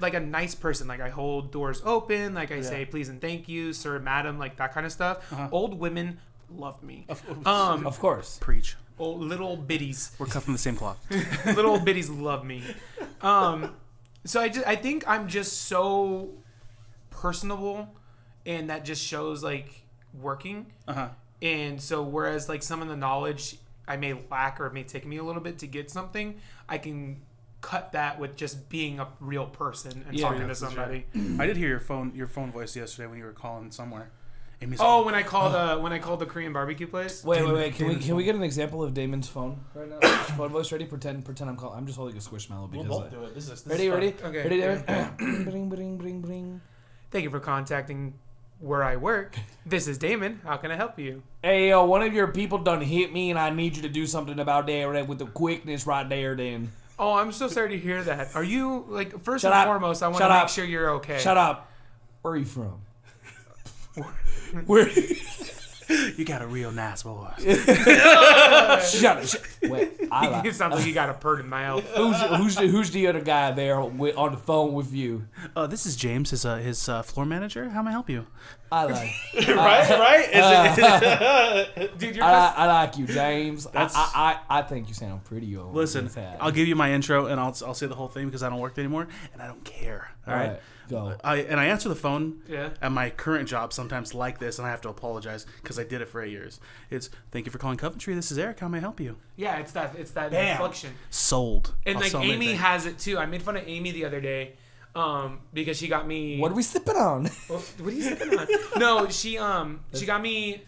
S1: like a nice person. Like I hold doors open. Like I say please and thank you, sir, madam, like that kind of stuff. Old women love me. Um,
S2: of course.
S3: Preach.
S1: old little biddies.
S3: We're cut from the same cloth.
S1: little old biddies love me. Um, so I just I think I'm just so personable, and that just shows like working.
S3: Uh huh.
S1: And so whereas like some of the knowledge I may lack or it may take me a little bit to get something, I can cut that with just being a real person and
S2: Yeah,
S1: talking to
S3: that's for sure.
S1: somebody.
S3: I did hear your phone your phone voice yesterday when you were calling somewhere. Amy's
S1: Oh, when I called uh, when I called the Korean barbecue place.
S2: Wait, wait,
S3: Damon-
S2: wait. Can we
S3: Damon's
S2: can we get an example of Damon's phone right now? phone voice ready. Pretend pretend I'm calling. I'm just holding a squishmallow because. I-
S3: do it. This is
S2: ready, ready,
S1: Okay.
S2: ready, Damon. bring, bring, bring, bring.
S1: Thank you for contacting where I work. This is Damon. How can I help you?
S2: Hey, yo, one of your people done hit me, and I need you to do something about that right, with the quickness right there. Then
S1: Oh, I'm so sorry to hear that. Are you like first
S2: Shut
S1: and
S2: up.
S1: foremost? I want
S2: Shut
S1: to make
S2: up.
S1: sure you're okay.
S2: shut up. Where are you from? Where?
S3: You got a real nice voice.
S2: Shut it. Shut. Wait, I lied.
S1: it sounds like you got a pert in mouth.
S2: Who's, who's, the, who's the other guy there with, on the phone with you?
S3: Uh, this is James, his uh, his uh, floor manager. How may I help you?
S2: I like,
S4: right, right. Is it,
S1: Dude, you're
S2: I, li- I like you, James. I,
S3: That's-
S2: I, I, I think you sound pretty old.
S3: Listen, I'll give you my intro and I'll I'll say the whole thing because I don't work there anymore and I don't care. all right. Uh,
S2: go.
S3: I and I answer the phone
S1: Yeah.
S3: at my current job sometimes like this, and I have to apologize because I did it for eight years. It's thank you for calling Coventry. This is Eric. How may I help you?
S1: yeah, it's that it's that
S3: Bam.
S1: inflection.
S3: Sold.
S1: And
S3: I'll
S1: like
S3: sell him
S1: Amy
S3: anything.
S1: has it too. I made fun of Amy the other day um, because she got me.
S2: What are we sipping on?
S1: Well, what are you sipping on? no, she um she got me.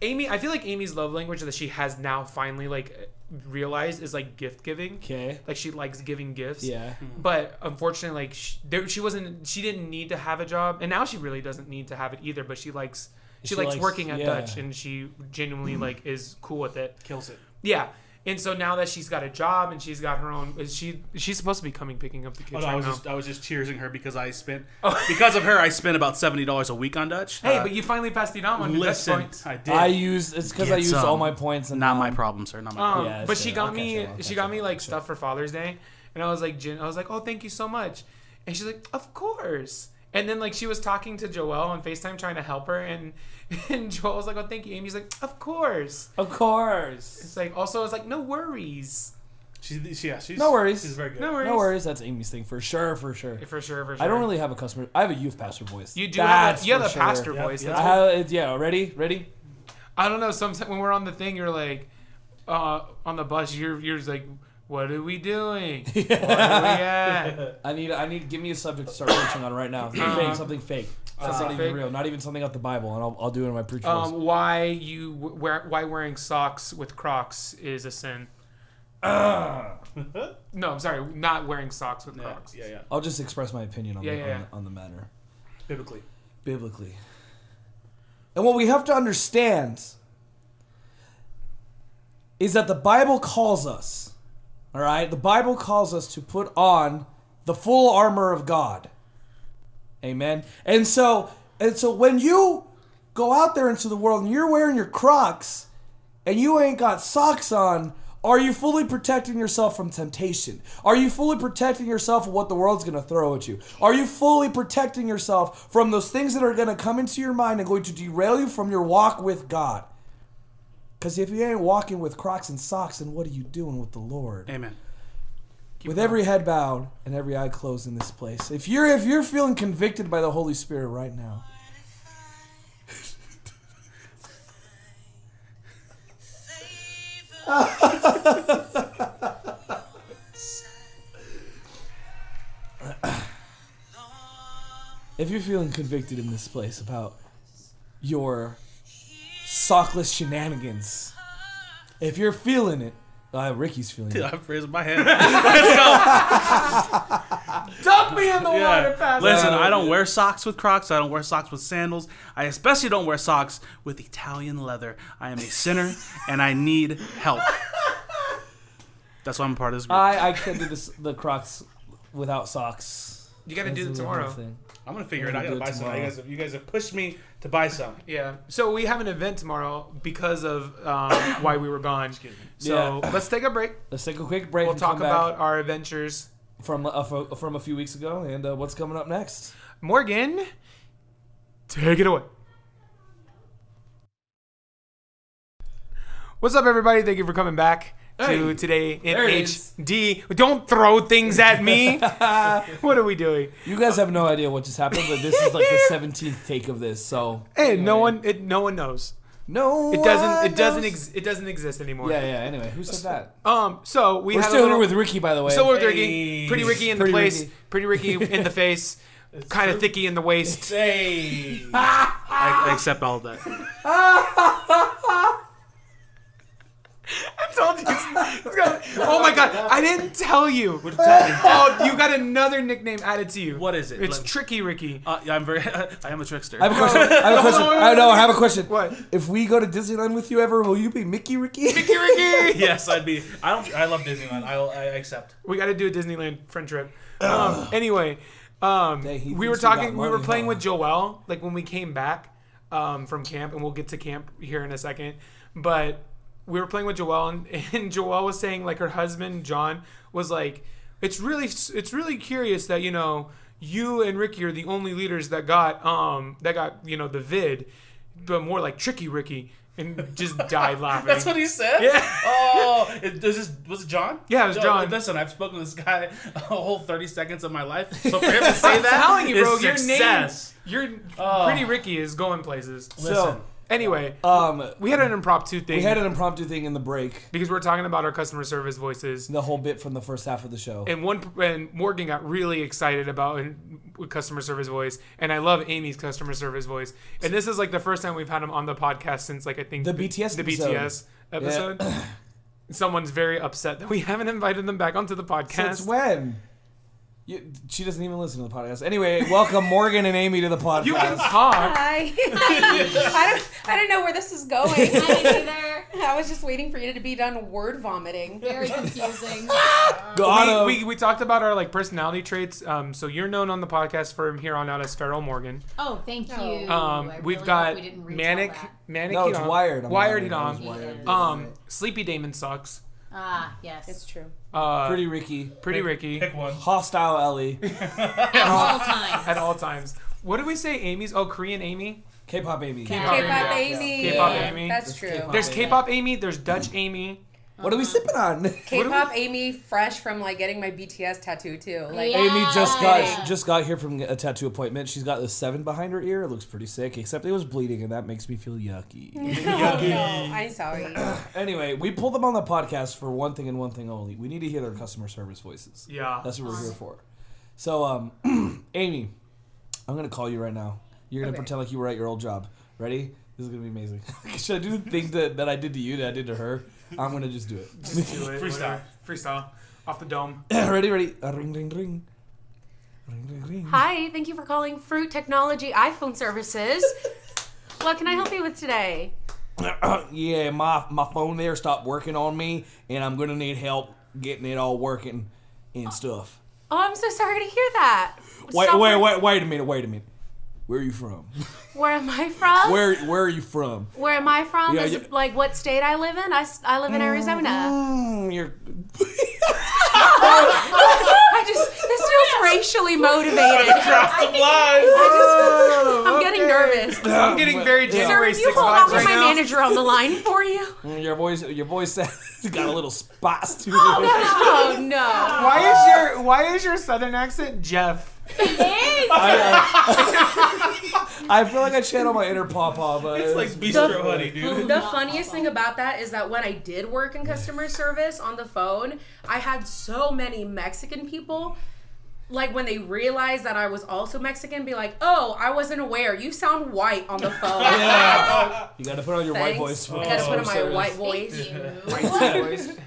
S1: Amy, I feel like Amy's love language that she has now finally like realized is like gift giving.
S2: Okay.
S1: Like she likes giving gifts.
S2: Yeah.
S3: Mm.
S1: But unfortunately, like she, there, she wasn't. She didn't need to have a job, and now she really doesn't need to have it either. But she likes. She,
S2: She
S1: likes,
S2: likes-
S1: working at
S2: yeah.
S1: Dutch, and she genuinely like is cool with it.
S3: Mm. kills it.
S1: Yeah. And so now that she's got a job and she's got her own, is she she's supposed to be coming picking up the kids
S3: Oh, no, I
S1: right
S3: was
S1: now. Oh.
S3: just I was just cheersing her because I spent because of her I spent about seventy dollars a week on Dutch.
S1: hey,
S3: Uh,
S1: but you finally passed the dom on the Dutch
S3: listen,
S1: points.
S3: I did.
S2: I used it's because I
S3: Get
S2: used all
S3: some.
S2: my points and
S3: not my problem, sir. Not my problem.
S1: Um,
S2: Yeah,
S1: but
S2: sure.
S1: she got
S2: I'll
S1: me,
S2: catch up, I'll
S1: she
S2: catch
S1: got
S2: up,
S1: me
S2: I'll
S1: like
S2: catch
S1: stuff for Father's Day, and I was like, Jen, I was like, oh, thank you so much, and she's like, of course. And then like she was talking to Joelle on Facetime trying to help her, and and Joel was like, oh, thank you. Amy's like, of course.
S2: Of course.
S1: It's like also it's like no worries,
S3: She, she, yeah, she's
S2: No worries.
S3: She's very good.
S1: no worries,
S2: No worries. That's Amy's thing for sure. For sure.
S1: for sure, for sure.
S2: I don't really have a customer. I have a youth pastor voice.
S1: You do have
S2: That's
S1: a, you have
S2: for
S1: a
S2: sure.
S1: pastor
S3: Yep,
S1: voice.
S3: yep.
S1: That's
S2: I have. it- Yeah. Ready? Ready?
S1: I don't know. Sometimes when we're on the thing, you're like, uh, on the bus, you're you're just like, what are we doing? What are we at?
S2: I need. I need. Give me a subject to start preaching on right now. Something fake. Something fake. That's not
S1: Uh-huh. something
S2: even
S1: fake?
S2: real. Not even something out the Bible. And I'll, I'll do it in my preacher voice.
S1: Um, why you wear why wearing socks with Crocs is a sin? No, I'm sorry, not wearing socks with
S3: yeah,
S1: Crocs.
S3: yeah, yeah.
S2: I'll just express my opinion on,
S1: Yeah,
S2: the,
S1: yeah,
S2: on,
S1: yeah.
S2: the, on the matter
S3: Biblically,
S2: biblically. And what we have to understand is that the Bible calls us, all right? The Bible calls us to put on the full armor of God. Amen. And so and so when you go out there into the world and you're wearing your Crocs and you ain't got socks on, are you fully protecting yourself from temptation? Are you fully protecting yourself from what the world's going to throw at you? Are you fully protecting yourself from those things that are going to come into your mind and going to derail you from your walk with God? Because if you ain't walking with Crocs and socks, then what are you doing with the Lord?
S3: amen.
S2: with every head bowed and every eye closed in this place. If you're if you're feeling convicted by the Holy Spirit right now, if you're feeling convicted in this place about your sockless shenanigans, if you're feeling it, uh, Ricky's feeling it.
S3: I'm raising my hand. Let's go.
S1: Dump me in the water,
S3: Yeah.
S1: Pastor.
S3: Listen, I don't wear socks with Crocs. I don't wear socks with sandals. I especially don't wear socks with Italian leather. I am a sinner and I need help. That's why I'm a part of this group.
S2: I I can't do this, the Crocs without socks.
S1: You gotta do it
S2: That's the
S1: tomorrow.
S2: whole thing.
S3: I'm gonna figure it
S2: I'm
S3: out. I
S2: gonna
S3: gotta
S2: do it
S3: buy some.
S2: tomorrow.
S3: You guys, have, you guys have pushed me to buy some.
S1: Yeah. So we have an event tomorrow because of um, why we were gone.
S3: Excuse me.
S1: So let's take a break.
S2: Let's take a quick break.
S1: We'll
S2: and
S1: talk
S2: come back
S1: about our adventures.
S2: from uh, fro- from a few weeks ago and uh, what's coming up next.
S1: Morgan, take it away. What's up, everybody? Thank you for coming back to
S2: Hey,
S1: today in
S2: there it is.
S1: HD. Don't throw things at me. what are we doing?
S2: You guys have no idea what just happened, but this is like the seventeenth take of this, so
S1: Hey, no one, it, no one knows.
S2: no.
S1: It doesn't,
S2: one
S1: it doesn't,
S2: knows.
S1: ex, it doesn't exist anymore.
S2: yeah, yeah. Anyway, who said that?
S1: Um. So we
S2: We're
S1: had a
S2: still
S1: little-
S2: here with Ricky, by the way.
S1: So we're
S3: Hey.
S1: Ricky, pretty Ricky in the
S2: Pretty
S1: place,
S2: Ricky.
S1: pretty Ricky in the face, kind of thicky in the waist.
S3: Say. I, I accept all of that.
S1: I told you. it's- it's got- oh my god, I didn't tell you. Oh, you got another nickname added to you.
S3: What is it?
S1: It's
S3: Let-
S1: Tricky Ricky.
S3: Uh, yeah, I'm very. I am a trickster.
S2: I have a question. I have a question. I know. I have a question.
S1: What?
S2: If we go to Disneyland with you ever, will you be Mickey Ricky?
S1: Tricky Ricky.
S3: yes, I'd be. I don't. I love Disneyland. I, will- I accept.
S1: We got to do a Disneyland friend trip. Um, anyway, um,
S2: Dang, he
S1: we were
S2: thinks we got
S1: talking. We
S2: money,
S1: were playing
S2: huh?
S1: with Joel. Like when we came back, um, from camp, and we'll get to camp here in a second. But we were playing with Joelle, and, and Joelle was saying like her husband John was like, it's really it's really curious that you know you and Ricky are the only leaders that got um that got you know the vid, but more like tricky Ricky. And just died laughing.
S3: That's what he said.
S1: Yeah.
S3: Oh, it, this is was it John?
S1: Yeah, it was John.
S3: Listen, I've spoken to this guy a whole thirty seconds of my life. So for him to say that,
S1: I'm telling you,
S3: is
S1: bro, your name,
S3: success.
S1: your
S3: Oh.
S1: pretty Ricky is going places.
S3: Listen,
S1: Anyway,
S2: Um,
S1: we had an impromptu thing
S2: we had an impromptu thing in the break,
S1: because we were talking about our customer service voices,
S2: the whole bit from the first half of the show.
S1: and one and Morgan got really excited about an- customer service voice, and I love Amy's customer service voice, and this is like the first time we've had him on the podcast since like I think
S2: The BTS
S1: the
S2: episode.
S1: BTS episode. Someone's very upset that we haven't invited them back onto the podcast.
S2: Since when? You, she doesn't even listen to the podcast. Anyway, welcome Morgan and Amy to the podcast.
S1: you can talk.
S5: Hi. I don't. I don't know where this is going. I, was just waiting for you to be done word vomiting.
S6: Very confusing.
S2: Got
S1: we,
S2: him.
S1: we, we talked about our like personality traits. Um, so you're known on the podcast from here on out as Feral Morgan.
S6: oh, thank you.
S5: Oh.
S1: Um,
S6: I
S1: we've
S6: really
S1: got
S6: hope we didn't retell
S1: manic,
S6: that.
S1: manic.
S2: No, it's
S1: Hedon-
S2: wired. I'm
S1: Wired
S2: wired. I was
S1: Hedon.
S6: wired.
S1: Um, Sleepy Damon sucks.
S6: Ah, yes.
S5: It's true.
S1: Uh, pretty,
S2: Pretty Ricky.
S1: Ricky
S4: Pick one.
S2: Hostile Ellie.
S6: All time.
S1: at all times. What did we say? Amy's? Oh, Korean Amy.
S2: K-pop baby.
S1: K-pop
S5: K-pop
S1: Yeah.
S5: Amy.
S1: K-pop Amy.
S5: That's
S2: That's
S5: true.
S2: K-pop.
S1: There's
S2: Amy.
S1: K-pop Amy. There's
S2: Mm.
S1: Dutch Amy.
S2: What are we sipping on?
S5: K-pop Amy, fresh from like getting my BTS tattoo too. Like
S6: Yeah.
S2: Amy just got
S6: Yeah.
S2: just got here from a tattoo appointment. She's got the seven behind her ear. It looks pretty sick, except it was bleeding, and that makes me feel yucky.
S5: oh, no, I'm sorry.
S2: anyway, we pulled them on the podcast for one thing and one thing only. We need to hear their customer service voices.
S1: Yeah.
S2: That's what we're here for. So, um, Amy, I'm gonna call you right now. You're gonna
S5: Okay.
S2: pretend like you were at your old job. Ready? This is gonna be amazing. Should I do the thing that, that I did to you that I did to her? I'm gonna just do it.
S1: Just do it,
S4: Freestyle.
S1: whatever. Freestyle. Off the dome.
S2: ready, ready. Uh, ring, ring, ring. Ring, ring, ring.
S7: Hi, thank you for calling Fruit Technology iPhone Services. what can I help you with today?
S2: yeah, my my phone there stopped working on me, and I'm gonna need help getting it all working and stuff.
S7: Oh, I'm so sorry to hear that.
S2: Wait,
S7: Stop
S2: wait,
S7: where-
S2: wait, wait a minute, wait a minute. Where are you from?
S7: Where am I
S5: Oh.
S7: from?
S2: Where where are you from?
S7: Where am I from?
S2: Yeah,
S7: is
S2: yeah.
S7: it like what state I live in? I, s- I live in Arizona.
S2: Mm, you're.
S7: I just this feels racially motivated.
S4: Cross the line.
S7: I'm getting nervous.
S1: I'm getting very
S7: Sir,
S1: January
S7: if you
S1: 6
S7: hold
S1: vibes
S7: out with
S1: right
S7: my
S1: now.
S7: manager on the line for you.
S2: Your voice, your voice got a little spice to it.
S7: Oh no.
S1: Why is your Why is your southern accent Jeff?
S2: I, uh, I, I feel like I channel my inner papa, but
S4: It's like bistro honey, dude.
S5: The funniest thing about that is that when I did work in customer service on the phone, I had so many Mexican people. Like when they realized that I was also Mexican, be like, "Oh, I wasn't aware. You sound white on the phone."
S2: you got to put on your white
S5: Thanks.
S2: voice. for
S5: I gotta
S1: Oh,
S5: put on my
S2: customer
S5: white
S2: service.
S5: voice.
S6: Thank you.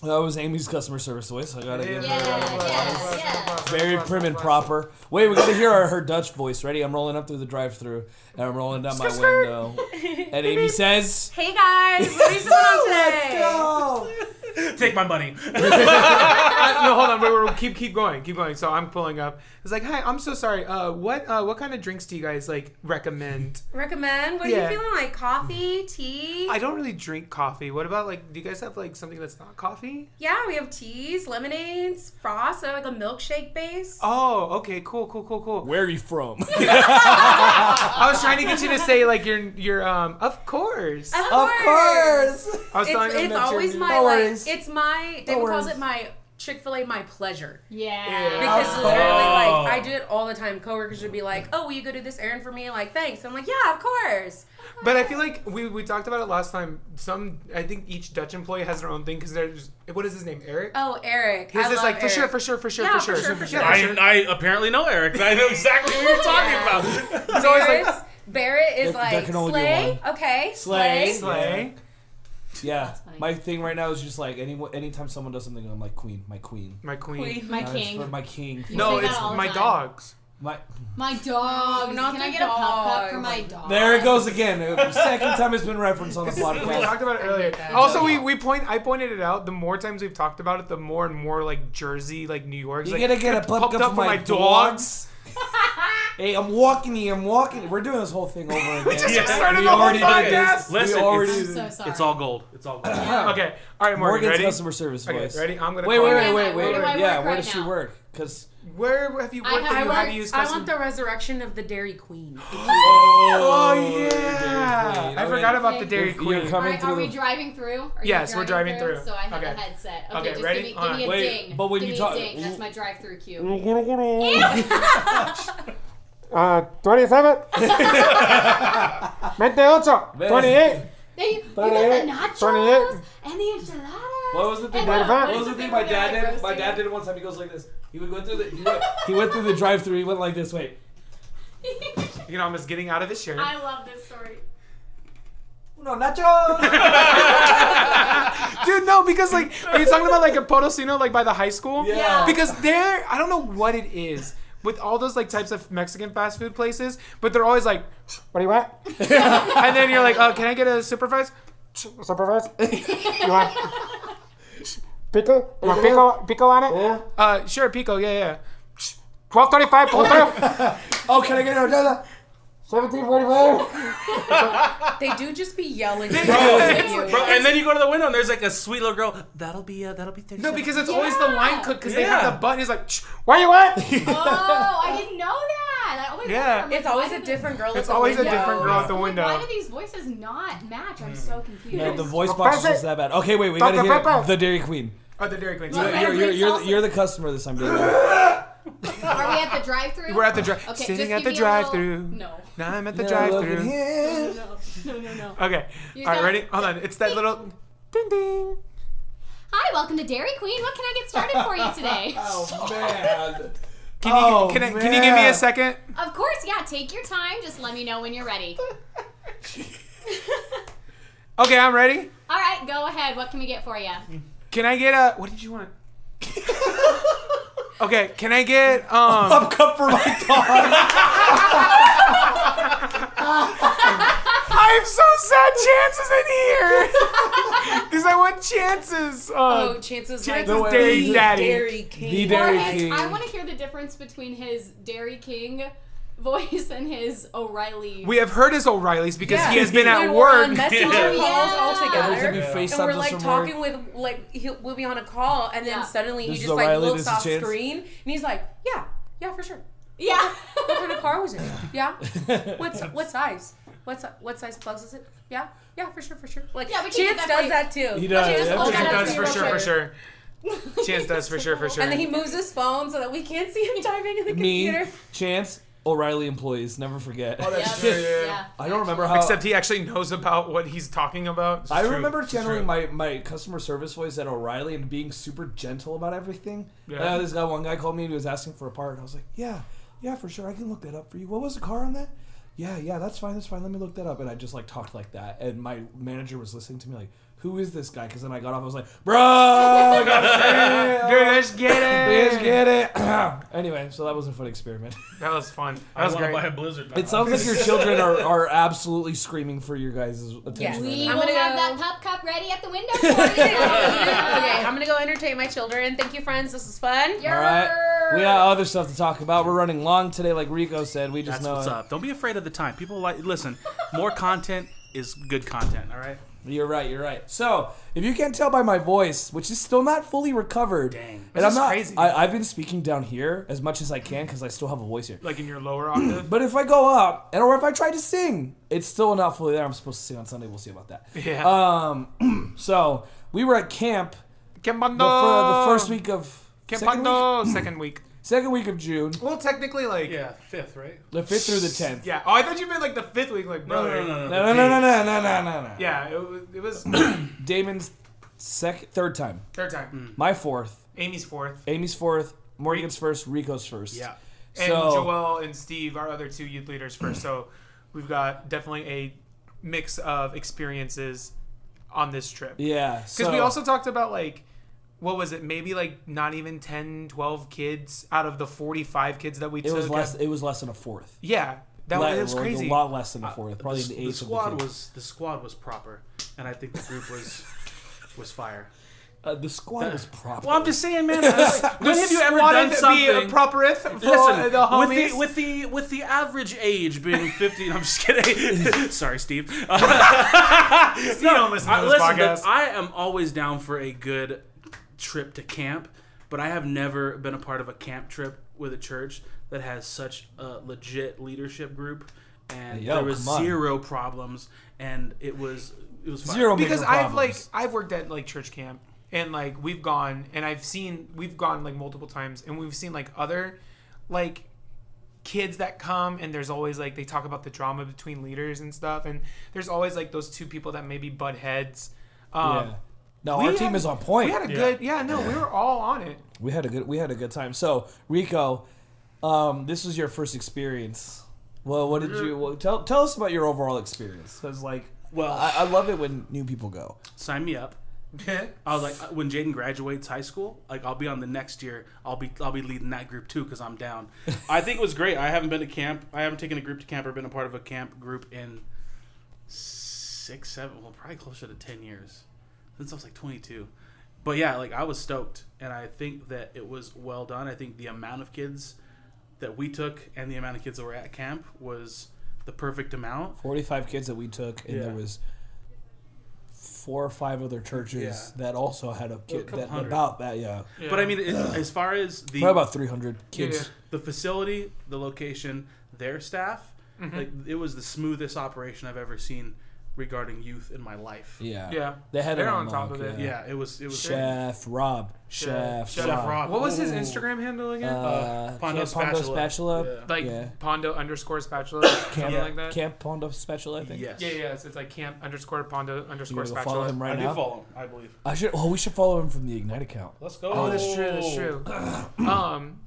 S2: That was Amy's customer service voice. I gotta give
S6: Yeah,
S2: her
S6: yeah, yeah.
S2: very prim and proper. Wait, we gotta hear her, her Dutch voice. Ready? I'm rolling up through the drive-through and I'm rolling down my window, and Amy says,
S7: Hey guys, what are you doing on today?
S2: "Go."
S3: take my money.
S1: I- no, hold on. Wait, wait, wait, keep keep going, keep going. So I'm pulling up. It's like, hi, I'm so sorry. Uh, what uh, what kind of drinks do you guys like recommend?
S5: Recommend? What
S1: Yeah.
S5: are you feeling like? Coffee, tea?
S1: I don't really drink coffee. What about like? Do you guys have like something that's not coffee?
S5: yeah, we have teas, lemonades, frost, so like a milkshake base.
S1: Oh, okay, cool, cool, cool, cool.
S2: Where are you from?
S1: I was trying to get you to say like your your um. Of course. I
S2: of course.
S1: was telling
S5: Uh, It's,
S1: them that
S5: it's
S1: you're
S5: always
S1: new.
S5: my
S2: No
S5: like,
S2: worries.
S5: it's my David calls
S2: worries.
S5: it my Chick Fil A my pleasure.
S6: Yeah.
S5: Because
S2: Of
S5: literally,
S3: course.
S5: like I do it all the time. Coworkers would be like, "Oh, will you go do this errand for me?" Like, thanks. I'm like, "Yeah, of course."
S1: But I feel like we we talked about it last time. Some I think each Dutch employee has their own thing because there's what is his name Eric.
S5: Oh, Eric,
S1: He's
S5: I
S1: just
S5: love
S1: like for
S5: Eric.
S1: sure, for sure, for sure,
S5: Yeah,
S1: for sure,
S5: for sure, for
S1: Yeah,
S5: sure.
S3: I, I apparently know Eric. I know exactly what you're talking about.
S1: He's always like,
S5: Barrett, Barrett is
S2: There- there
S5: like
S2: can only be
S5: slay. Okay,
S2: Slay.
S5: slay.
S1: Slay.
S2: Yeah,
S6: funny.
S2: my thing right now is just like any anytime someone does something, I'm like queen, my queen.
S1: my queen.
S6: My
S2: Uh, it's
S6: king.
S2: for my king. for
S1: No,
S6: say that
S1: it's
S6: all the
S1: my
S6: time.
S1: dogs.
S2: my
S6: My dog.
S5: not
S6: Can
S5: the
S6: I get a pop cup
S5: dog.
S6: for my dog?
S2: There it goes again. Uh, Second time it's been referenced on the
S1: We
S2: podcast.
S1: talked about it earlier. Also, we, we point I pointed it out. The more times we've talked about it, the more and more like Jersey, like New York.
S2: You gotta get a pump
S1: pumped
S2: up for my dogs. Hey, I'm walking here. I'm walking. We're doing this whole thing over again. we
S1: just
S3: Yeah.
S1: started
S3: We
S1: the whole
S2: already did this.
S1: podcast.
S3: Listen,
S2: we already
S6: I'm
S2: did
S6: so
S2: this.
S6: sorry.
S3: It's all gold. It's all gold.
S1: Okay. All right, Morgan.
S2: Morgan's
S1: Ready?
S2: customer service voice.
S1: Okay, ready? I'm gonna.
S2: Wait,
S1: call
S2: wait,
S1: you.
S2: wait, wait,
S6: Where am I?
S2: wait.
S6: Where do I
S2: yeah,
S6: work
S2: where
S6: right
S2: does she
S6: now?
S2: work? Because
S1: Where have you
S6: I
S1: worked?
S6: have
S1: that you
S6: worked-
S1: had to use
S5: I
S1: custom-
S5: want the resurrection of the Dairy Queen.
S1: Oh
S2: Dairy
S1: yeah.
S2: Queen.
S1: I
S2: Okay.
S1: forgot about the
S6: You're
S1: Dairy
S2: you're
S1: Queen.
S6: Are,
S2: coming
S6: are
S2: through.
S6: we
S2: the-
S6: driving through? Are you
S1: Yes, we're driving through.
S6: So I have a
S1: Okay.
S6: headset. Okay,
S1: Okay,
S6: just
S1: ready?
S6: give me,
S1: All
S6: give me a
S2: right. Wait,
S6: ding.
S2: but when
S6: give
S2: you
S6: me
S2: talk- Mm.
S6: a ding. That's my drive-through cue.
S1: Uh, twenty-seven. Veintiocho.
S2: Twenty-eight.
S6: They, you got the nachos and the enchiladas.
S2: What was the thing?
S6: and
S2: My,
S6: the-
S2: what
S6: is
S2: was the thing
S6: where
S2: my
S6: they're,
S2: dad
S6: like,
S2: did? My
S6: roasting
S2: dad did it one time. He goes like this. He would go through the. He went, he went through the drive-through. He went like this. Wait.
S6: it?
S1: You know, I'm just getting out of his shirt.
S6: I love this story.
S2: No nachos.
S1: Dude, no, because like, are you talking about like a Potosino, like by the high school?
S2: Yeah.
S1: Because there, I don't know what it is with all those like types of Mexican fast food places, but they're always like, "What do you want?" and then you're like, "Oh, can I get a super fries?" Super fries? you want pickle? You want pickle? Pickle on it? Uh, sure, pico. Yeah, yeah. Twelve thirty-five.
S2: oh, can I get another? Seventeen forty-five.
S5: They do just be yelling.
S3: Bro, and then you go to the window and there's like a sweet little girl. That'll be uh, that'll be thirty.
S1: No, because it's always the line cook because they
S3: Yeah.
S1: have the button. It's like, "What do you want?"
S6: Oh, I didn't know that. I always
S1: Yeah.
S6: I'm like,
S5: It's always
S6: why
S5: a
S6: did
S5: different girl.
S1: It's
S5: at the
S1: always a
S5: window.
S1: different girl at the
S6: the- like,
S1: window.
S6: Why do these voices not match? I'm so confused.
S2: The voice box was that bad. Okay, wait. We gotta
S1: Dr.
S2: hear
S1: Pepper.
S2: the Dairy Queen.
S1: Oh, the Dairy Queen.
S6: Well,
S2: You're, you're, you're, you're, the- you're the customer this time. David.
S6: Are we at the drive-through?
S1: We're at the drive.
S6: Okay, just
S1: sitting at
S6: give
S1: the
S6: me a
S1: drive-through.
S6: Little... No.
S1: Now I'm at the
S2: Now look at
S1: drive-through.
S2: him.
S6: No, no, no.
S1: Okay.
S6: You
S1: All right,
S6: got-
S1: ready? Hold on. It's that little. Ding ding.
S6: Hi, welcome to Dairy Queen. What can I get started for you today?
S2: Oh man.
S1: Can you
S2: Oh,
S1: can, I, can you give me
S2: man.
S1: a second?
S6: Of course, yeah. Take your time. Just let me know when you're ready.
S1: Okay, I'm ready.
S6: All right, go ahead. What can we get for you?
S1: Can I get a? What did you want? okay. Can I get um?
S2: Up cup for my dog.
S1: I'm so sad. Chances in here. Because I want chances.
S5: Oh,
S1: Uh,
S5: chances,
S1: chances
S5: like
S2: way-
S1: Dairy
S5: the
S1: Daddy.
S5: Dairy King.
S2: The Dairy
S6: Or his,
S2: King.
S6: I want to hear the difference between his Dairy King voice and his O'Reilly.
S1: We have heard his O'Reilly's because he
S5: Yeah.
S1: has been at
S5: When we're
S1: work.
S5: on messenger
S3: Yeah.
S5: calls all
S2: Every time you
S5: together.
S2: face
S5: And we're
S2: something
S5: like
S2: from
S5: talking
S2: work.
S5: with like he'll, we'll be on a call and then
S6: Yeah.
S5: suddenly he
S2: This is
S5: just like
S2: O'Reilly,
S5: looks
S2: this is
S5: off
S2: Chance.
S5: screen and he's like, yeah, yeah, for sure.
S6: yeah.
S5: What kind of car was it? Yeah. What's what size? What's what size plugs is it? Yeah, yeah, for sure, for sure. Like
S6: Yeah, but you
S5: Chance
S6: did that
S5: does
S6: for-
S5: that too.
S2: He does,
S5: Chance
S2: yeah.
S5: will
S2: Chance
S5: stand up
S1: does
S5: to
S1: for
S5: you
S1: sure,
S5: real
S1: for
S5: quick.
S1: sure. Chance does for sure, for sure.
S5: And then he moves his phone so that we can't see him typing in the
S2: Me,
S5: computer.
S2: Chance, O'Reilly employees. Never forget.
S6: Yep. yeah.
S2: I don't remember how.
S1: Except he actually knows about what he's talking about.
S2: I
S3: It's true.
S2: remember
S3: It's
S2: channeling
S3: true.
S2: my, my customer service voice at O'Reilly and being super gentle about everything.
S1: Yeah.
S2: Yeah. this guy, one guy called me and he was asking for a part, and I was like, "Yeah, yeah, for sure, I can look that up for you." What was the car on that? Yeah, yeah, that's fine, that's fine. Let me look that up. And I just like talked like that, and my manager was listening to me like, "Who is this guy?" Because then I got off, I was like, "Bro, I got
S1: Dude, let's get it.
S2: Please get it." anyway, so that was a fun experiment.
S1: That was fun. That
S3: I
S1: was
S3: want to
S1: great.
S3: buy a blizzard.
S2: It sounds like your children are, are absolutely screaming for your guys' attention.
S5: Yes.
S2: right
S6: We
S2: now.
S5: I'm
S6: will
S5: gonna
S6: have
S5: go-
S6: that pup cup ready at the window for you.
S5: okay, I'm gonna go entertain my children. Thank you, friends. This is fun.
S2: All right. We got other stuff to talk about. We're running long today, like Rico said. We just
S3: That's
S2: know
S3: what's
S2: it.
S3: up. Don't be afraid of the time. People like listen. More content is good content. All right.
S2: You're right. You're right. So if you can't tell by my voice, which is still not fully recovered,
S3: Dang.
S2: and I'm
S1: is
S2: not.
S1: crazy.
S2: I, I've been speaking down here as much as I can because I still have a voice here.
S1: Like in your lower octave.
S2: But if I go up, and or if I try to sing, it's still not fully there. I'm supposed to sing on Sunday. We'll see about that.
S1: Yeah.
S2: Um. so we were at camp
S1: Que
S2: the, fir-
S1: mando.
S2: the first week of
S1: Que
S2: second week,
S1: mando. Second week.
S2: second week of June,
S1: Well, technically, like. Yeah.
S3: Yeah, fifth, right?
S2: the fifth through the tenth.
S1: Oh, I thought you meant like the fifth week, like
S3: No,
S1: brother.
S3: no, no, no.
S2: No, no, no, no, no, no, no, no, no.
S1: Yeah, it was, it was
S2: Damon's second, third time.
S1: third time.
S2: My fourth.
S1: Amy's fourth.
S2: Amy's fourth, Morgan's first, Rico's first.
S3: Yeah.
S1: And
S2: So-
S1: Joel and Steve, our other two youth leaders, first. so we've got definitely a mix of experiences on this trip.
S2: Yeah.
S1: Because
S2: So
S1: we also talked about like, what was it? Maybe like not even 10, 12 kids out of the 45 kids that we
S2: it
S1: took.
S2: was less. It was less than a fourth.
S1: Yeah. That
S2: Le-
S1: was, that's
S2: like,
S1: crazy. Uh,
S2: A lot less than a fourth. Probably
S3: the,
S2: the,
S3: the
S2: eighth.
S3: squad
S2: of the
S3: was the squad was proper, and I think the group was was fire.
S2: Uh, the squad was proper.
S3: Well, I'm just saying, man. I was like,
S1: When
S3: the
S1: have you ever
S3: squad
S1: wanted
S3: done
S1: to be a
S3: something-
S1: propereth for
S3: Listen,
S1: the homies?
S3: with the with the with the average age being 15, I'm just kidding. Sorry, Steve. Uh,
S1: you don't listen
S3: I,
S1: to this
S3: listen,
S1: podcast.
S3: but I am always down for a good trip to camp, but I have never been a part of a camp trip with a church that has such a legit leadership group, and
S2: Hey, yo,
S3: there was
S2: come on.
S3: zero problems, and it was it was fine.
S2: Zero major
S1: because I've like
S2: problems.
S1: I've worked at like church camp and like we've gone and I've seen we've gone like multiple times and we've seen like other like kids that come and there's always like they talk about the drama between leaders and stuff and there's always like those two people that maybe butt heads. Um,
S2: yeah. No,
S1: we
S2: our team
S1: had-
S2: is on point.
S1: We had a
S4: Yeah.
S1: good yeah no we were all on it.
S2: We had a good we had a good time. So Rico, um, this was your first experience. Well, what did
S1: Mm-hmm.
S2: you well, tell tell us about your overall experience? Because like,
S3: Well-
S2: I, I love it when new people go.
S3: Sign me up. I was like, when Jaden graduates high school, like I'll be on the next year. I'll be I'll be leading that group too because I'm down. I think it was great. I haven't been to camp. I haven't taken a group to camp or been a part of a camp group in six, seven, well, probably closer to ten years since I was like 22. But yeah, like I was stoked, and I think that it was well done. I think the amount of kids that we took and the amount of kids that were at camp was the perfect amount.
S2: Forty five kids that we took, and
S3: Yeah.
S2: there was four or five other churches
S3: Yeah.
S2: that also had a kid
S3: couple
S2: that
S3: hundred.
S2: about that. Yeah,
S3: But I mean, it, as far as the
S2: probably about three hundred kids.
S1: Yeah.
S3: the facility, the location, their staff.
S1: Mm-hmm.
S3: Like it was the smoothest operation I've ever seen regarding youth in my life.
S2: Yeah.
S1: Yeah.
S2: They had
S1: They're
S2: it
S1: on
S2: on,
S1: top
S2: lock,
S1: of it.
S3: Yeah, it was it was
S2: Chef Rob. Chef,
S1: Chef
S2: Rob.
S3: Rob.
S1: What was his
S3: Ooh.
S1: Instagram handle again?
S2: Uh,
S3: Pondo
S2: Camp Pondo
S3: Spatula.
S2: Spatula.
S3: Yeah.
S1: like
S2: yeah.
S1: Pondo underscore spatula something
S3: Yeah.
S1: like that.
S2: Camp Pondo Spatula, I think.
S3: Yes.
S1: Yeah, yeah, it's, it's like camp underscore Pondo
S2: You
S1: underscore
S2: gotta go follow
S1: spatula.
S2: him
S3: I
S2: right
S3: do
S2: now.
S3: follow him, I believe.
S2: I should. Oh, we should follow him from the Ignite account.
S3: Let's go.
S1: Oh, that's true. That's true. um,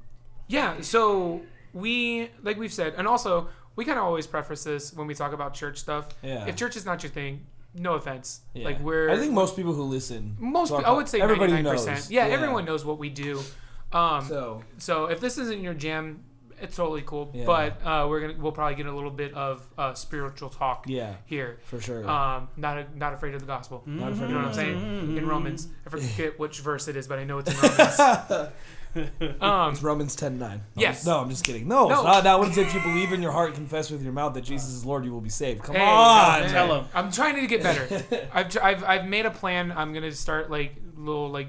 S1: yeah. So we, like we've said, and also we kind of always preface this when we talk about church stuff.
S2: Yeah.
S1: If church is not your thing, no offense.
S2: Yeah.
S1: Like we're
S2: I think most people who listen.
S1: most.
S2: to our
S1: I would say
S2: pod- everybody
S1: ninety nine
S2: knows.
S1: percent. Yeah, everyone knows what we do. Um, so.
S2: So
S1: if this isn't your jam, it's totally cool.
S2: Yeah.
S1: But uh, we're gonna we'll probably get a little bit of uh, spiritual talk
S2: yeah,
S1: here.
S2: for sure.
S1: Um, not not afraid of the gospel.
S2: Not afraid
S1: You know
S2: of
S1: what I'm
S2: that.
S1: saying? In Romans. I forget which verse it is, but I know it's in Romans. um,
S2: It's Romans ten nine.
S1: Yes.
S2: No, I'm just kidding. No,
S1: No.
S2: it's not. That one's if you believe in your heart, confess with your mouth that Jesus is Lord, you will be saved. Come
S1: hey,
S2: on.
S1: hey,
S3: tell 'em.
S1: I'm trying to get better. I've, tr- I've, I've made a plan. I'm going to start like little like